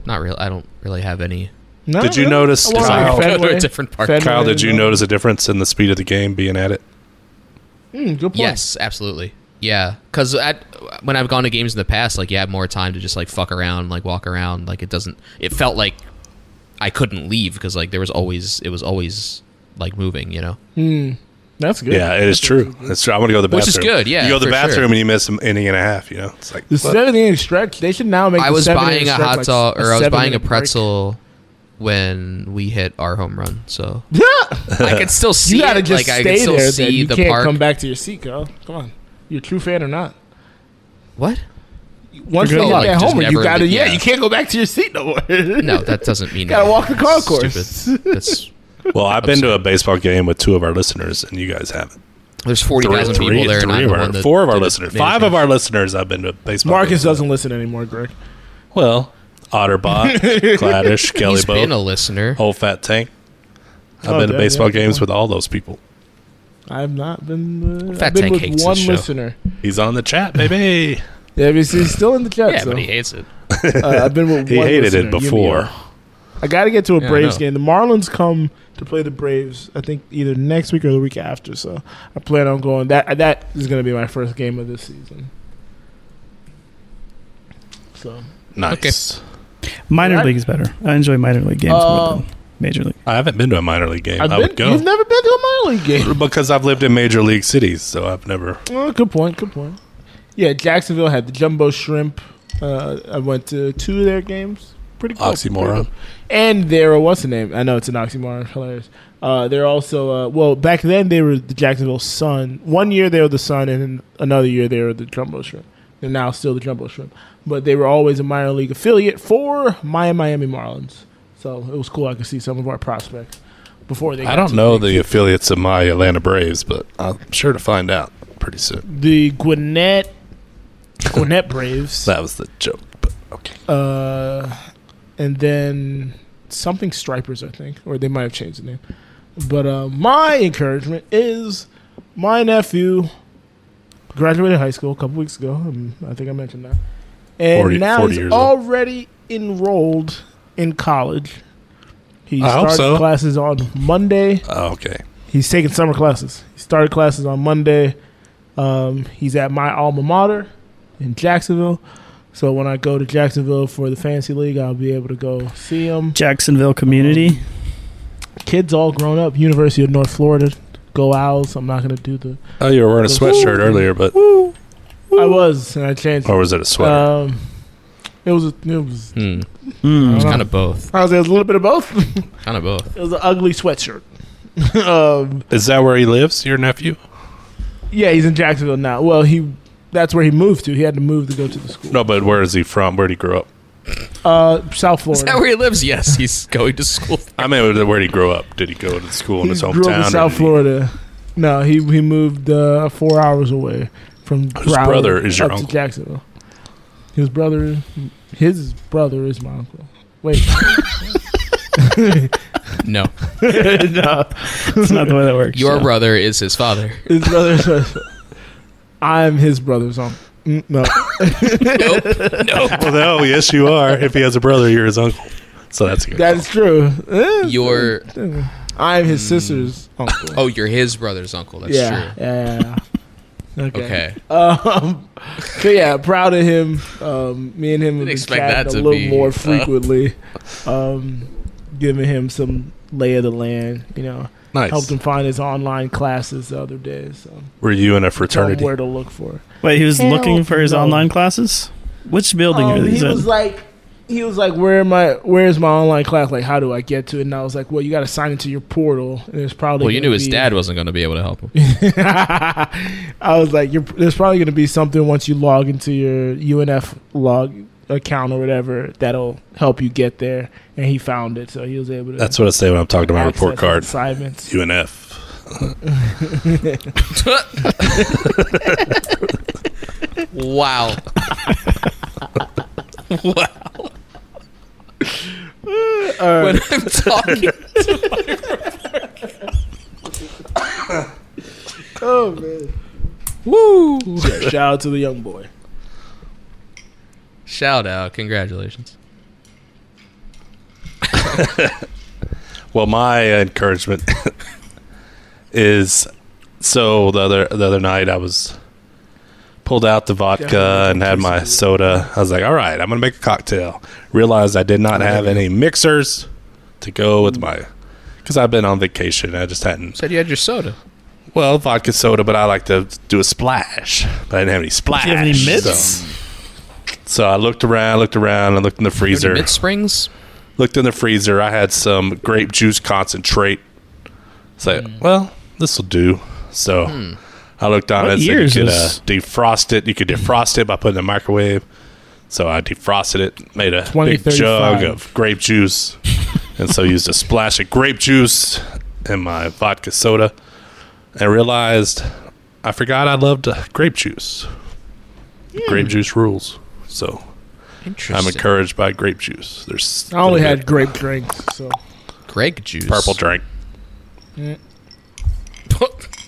Not real. I don't really have any. did you notice? Oh, Because I Kyle, go to a different park. Kyle, did uh, Hmm, you notice a difference in the speed of the game being at it? Mm, good point. Yes, absolutely. Yeah, because when I've gone to games in the past, like you have more time to just like fuck around, like walk around. Like it doesn't. It felt like I couldn't leave because like there was always it was always like moving. You know. Hmm. That's good. Yeah, it is true. That's true. I want to go to the Which bathroom. is good, yeah, you go to the for sure. bathroom and you miss an inning and a half. You know, it's like The what? seven inning stretch. They should now make. I the was seven buying inning a stretch hot like dog, or I was seven buying a inning break. pretzel when we hit our home run. So I could still see You gotta it, just like, I stay could still there. see then. You the can't park. come back to your seat, girl. Come on, you a true fan or not? What? Once You're they good, hit like, that just homer, you never- gotta yeah. yeah. You can't go back to your seat no more. no, that doesn't mean gotta anything. walk the concourse. Stupid. That's Well, I've been to a baseball game with two of our listeners, and you guys haven't. There's 40,000 Three- people there, and Three I'm of the our, one that four of our did the listeners, management. five of our listeners. I've been to baseball. Marcus doesn't listen anymore, Greg. Well, Otterbot, Gladish, Kelly He's Bo, been a listener. Old Fat Tank. I've Oh, been to damn, baseball yeah, good games point. with all those people. I've not been. Uh, Fat I've been Tank with hates one this show. listener. He's on the chat, baby. Yeah, but he's still in the chat. Yeah, so. but he hates it. Uh, I've been with he one hated listener, it you mean before. all. I got to get to a Yeah, I Braves know. game. The Marlins come to play the Braves. I think either next week or the week after. So I plan on going. That that is going to be my first game of this season. So Nice. Minor I- league is better. I enjoy minor league games Oh. more than major league. I haven't been to a minor league game. I've I been, would go You've never been to a minor league game. because I've lived in major league cities, so I've never. Oh, good point. Good point. Yeah, Jacksonville had the jumbo shrimp. Uh, I went to two of their games. Pretty cool. Oxymoron. Pretty cool. And they're what's the name? I know it's an oxymoron. Hilarious. Uh, they're also uh, well back then they were the Jacksonville Sun. One year they were the Sun, and then another year they were the Jumbo Shrimp. They're now still the Jumbo Shrimp, but they were always a minor league affiliate for my Miami Marlins. So it was cool. I could see some of our prospects before they. Got I don't to know the affiliates of my Atlanta Braves, but I'm sure to find out pretty soon. the Gwinnett Gwinnett Braves. That was the joke. But okay. Uh, and then something Stripers, I think, or they might have changed the name. But uh, my encouragement is my nephew graduated high school a couple weeks ago. um, I think I mentioned that, and 40 now 40 he's years old. already enrolled in college. He I hope started so. classes on Monday. Oh, okay. He's taking summer classes. He started classes on Monday. Um, he's at my alma mater in Jacksonville. So when I go to Jacksonville for the fantasy league, I'll be able to go see him. Jacksonville community. Kids all grown up, University of North Florida. Go Owls. I'm not going to do the. Oh, you were wearing a the- sweatshirt earlier, but I was, and I changed. Or was it a sweater? Um, it was. A, it was. Hmm. I don't It's know. kind of both. I was, it was a little bit of both. it Kind of both. was an ugly sweatshirt. um, is that where he lives? Your nephew? yeah, he's in Jacksonville now. Well, he. That's where he moved to. He had to move to go to the school. No, but where is he from? Where did he grow up? Uh, South Florida. Is that where he lives? Yes, he's going to school. I mean, where did he grow up? Did he go to school in his He grew up hometown? in or South did Florida. No, he he moved uh, four hours away from Whose Broward brother is your up uncle? to Jacksonville. His brother, his brother is my uncle. Wait, No, no, it's not the way that works. your yeah. brother is his father. his brother. I'm his brother's uncle. Mm, No, he- well, no, Oh, yes, you are. If he has a brother, you're his uncle. So that's good. that's true. Eh, Your Mm. I'm his sister's uncle. Oh, oh, you're his brother's uncle. That's yeah, yeah, yeah, yeah. Okay. Okay. Um, so yeah, proud of him. Um, me and him have been expect chatting that to a little be, more uh, frequently. um, giving him some lay of the land. You know, Nice. helped him find his online classes the other day. So Were you in a tell him fraternity? where to look for. Wait, he was Hell looking for his no. online classes. Which building Um, are these he in? was like, he was like, where am I? Where is my online class? Like, how do I get to it? And I was like, well, you got to sign into your portal. And there's probably Well, you gonna knew his be- dad wasn't going to be able to help him. I was like, you're, there's probably going to be something once you log into your UNF log account or whatever that'll help you get there. And he found it, so he was able to. That's what I say when I'm talking to my report access card. assignments. UNF. wow. wow. When I'm talking to my report oh man! Woo! shout out to the young boy. Shout out. Congratulations. Well, my encouragement is so the other the other night I was pulled out the vodka and had my soda. I was like, "All right, I'm gonna make a cocktail." Realized I did not have any mixers to go with my because I've been on vacation. I just hadn't Said you had your soda. well vodka soda, but I like to do a splash. But I didn't have any splash. Do you have any mitts? So, so I looked around, looked around, I looked in the freezer. Mid Springs. Looked in the freezer. I had some grape juice concentrate. It's like, well, this will do. So Hmm. I looked on What it. and year said you is could uh, this? defrost it. You could defrost it by putting it in the microwave. So I defrosted it, made a big 2035. jug of grape juice, and so used a splash of grape juice in my vodka soda, and realized I forgot I loved uh, grape juice. Grape juice rules. So I'm Interesting. encouraged by grape juice. There's I only had grape drinks, so Greg juice. purple drink.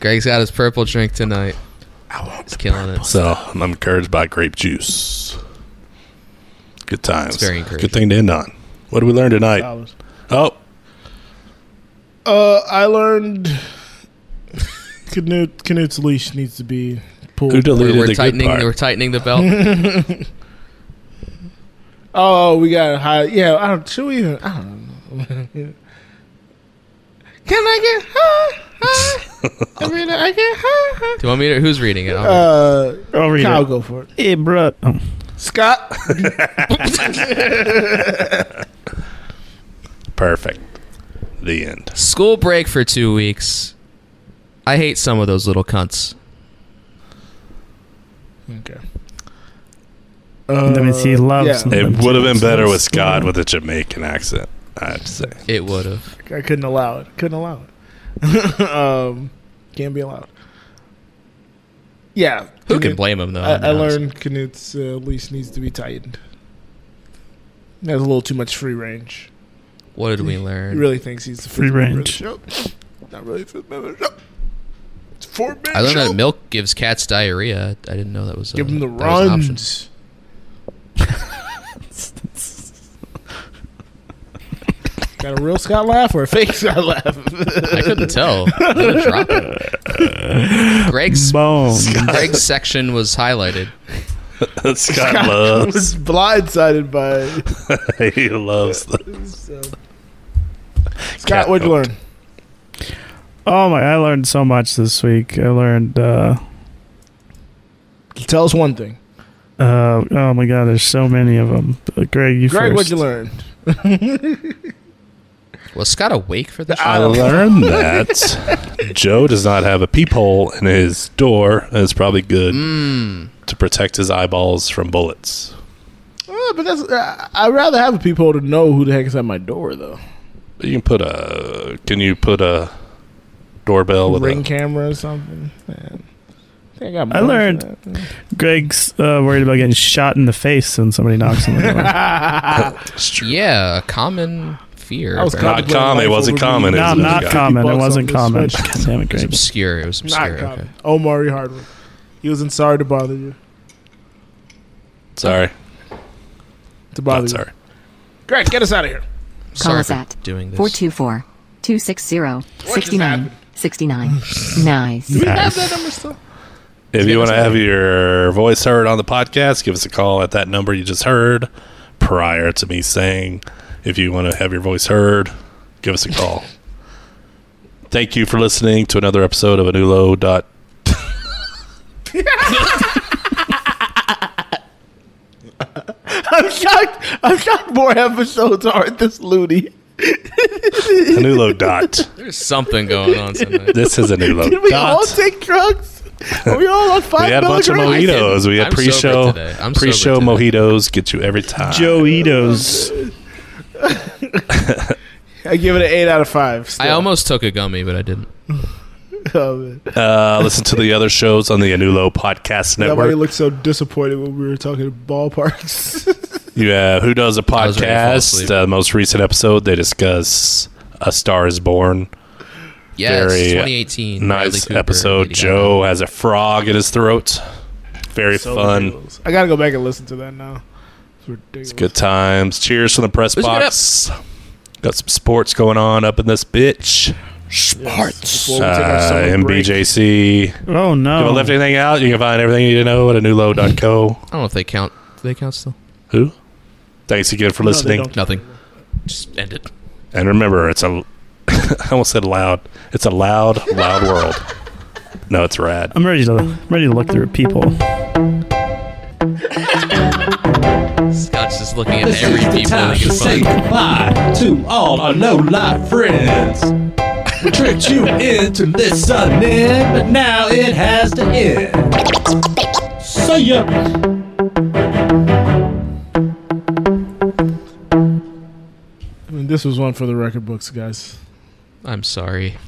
Greg's got his purple drink tonight. He's killing it. So I'm encouraged by grape juice. Good times. It's very encouraging. Good thing to end on. What did we learn tonight? Dollars. Oh, Uh, I learned Canute Canute's leash needs to be pulled. Who deleted We're, we're the good tightening. part? We're tightening the belt. oh, we got high. Yeah, I don't. Should we even? I don't know. Can I get high? high? I mean, I get high. high. Do you want me to? Who's reading it? I'll- Uh, I'll read Kyle, it. go for it. Hey, bro. Oh. Scott. perfect. The end. School break for two weeks. I hate some of those little cunts. okay. Uh, That means he loves yeah. them. It would have been better with Sounds- Scott with a Jamaican accent. I'd say. It would have. I couldn't allow it. Couldn't allow it. um, can't be allowed. Yeah. Who can Canute- blame him though? I, mean, I honestly. learned Canute's uh, leash needs to be tightened. That's a little too much free range. What did we He learn? really thinks he's the Free fifth member of the range. show. Not really fifth member of the show. It's four I learned show. that milk gives cats diarrhea. I didn't know that was. A, Give him the that was an option. runs. Got a real Scott laugh or a fake Scott laugh? I couldn't tell. I didn't drop it. Greg's Boom. Greg's section was highlighted. Scott, Scott loves. was blindsided by it. he loves. The, So. Cat Scott, what'd you vote. learn? Oh my! I learned so much this week. I learned. Uh, Tell us one thing. uh, oh my God! There's so many of them. Greg, you Greg, what'd first. you learn? Was Scott awake for this? I learned that Joe does not have a peephole in his door, and it's probably good Mm. to protect his eyeballs from bullets. Uh, but that's. Uh, I'd rather have people to know who the heck is at my door, though. You can put a. Can you put a doorbell with Ring a? camera or something. Man. I, think got money I for learned- Greg's uh, worried about getting shot in the face when somebody knocks on the door. that. Yeah, a common fear. I was Greg. Not contemplating common. It life wasn't over being- common. It No, was another not guy. common. It Bucks wasn't on common. this God damn it, It was Greg. obscure. It was Not obscure. common. Okay. Omari Hardwick. He was in Sorry to Bother You. Sorry, To bother not you. sorry. Greg, get us out of here. Sorry us for at doing this. 424 260 What just happened? 69 69. nice. Do we have that number still? If you want to have your voice heard on the podcast, give us a call at that number you just heard prior to me saying if you want to have your voice heard, give us a call. Thank you for listening to another episode of Anulo. Dot I'm shocked. I'm shocked. More episodes aren't this loony. Anulo. Dot. There's something going on. Tonight. This is Anulo. Did we Dot. all take drugs? Are we all on five we had a bunch of milligrams? mojitos. We had I'm sober pre-show today. I'm sober pre-show today. mojitos. Get you every time. Joitos. I give it an eight out of five. I almost took a gummy, but I didn't. Oh, man. Uh, listen to the other shows on the Anulo Podcast Nobody Network. looked so disappointed when we were talking ballparks. You have Who Does a was ready to fall Podcast. asleep. Uh, most recent episode, they discuss A Star is Born. Yes, 2018, Bradley uh, Nice Cooper, episode. Lady Joe has a frog in his throat. Very So fun. ridiculous. I gotta go back and listen to that now. It's ridiculous. It's good times. Cheers from the press Let's get box. Got some sports going on up in this bitch. Sports. Before we take our Uh, summer break. MBJC. If Oh I no. left anything out, you can find everything you need to know at anewlow.co. I don't know if they count. Do they count still? Who? Thanks again for No, they listening. don't. Nothing. Just end it. And remember, it's a. I almost said loud. It's a loud, loud world. No, it's rad. I'm ready to I'm ready to look through people. Scott's just looking at This every is the people time that to can say Bye to all our no life friends. We tricked you into listening, but now it has to end. See ya. I mean, this was one for the record books, guys. I'm sorry.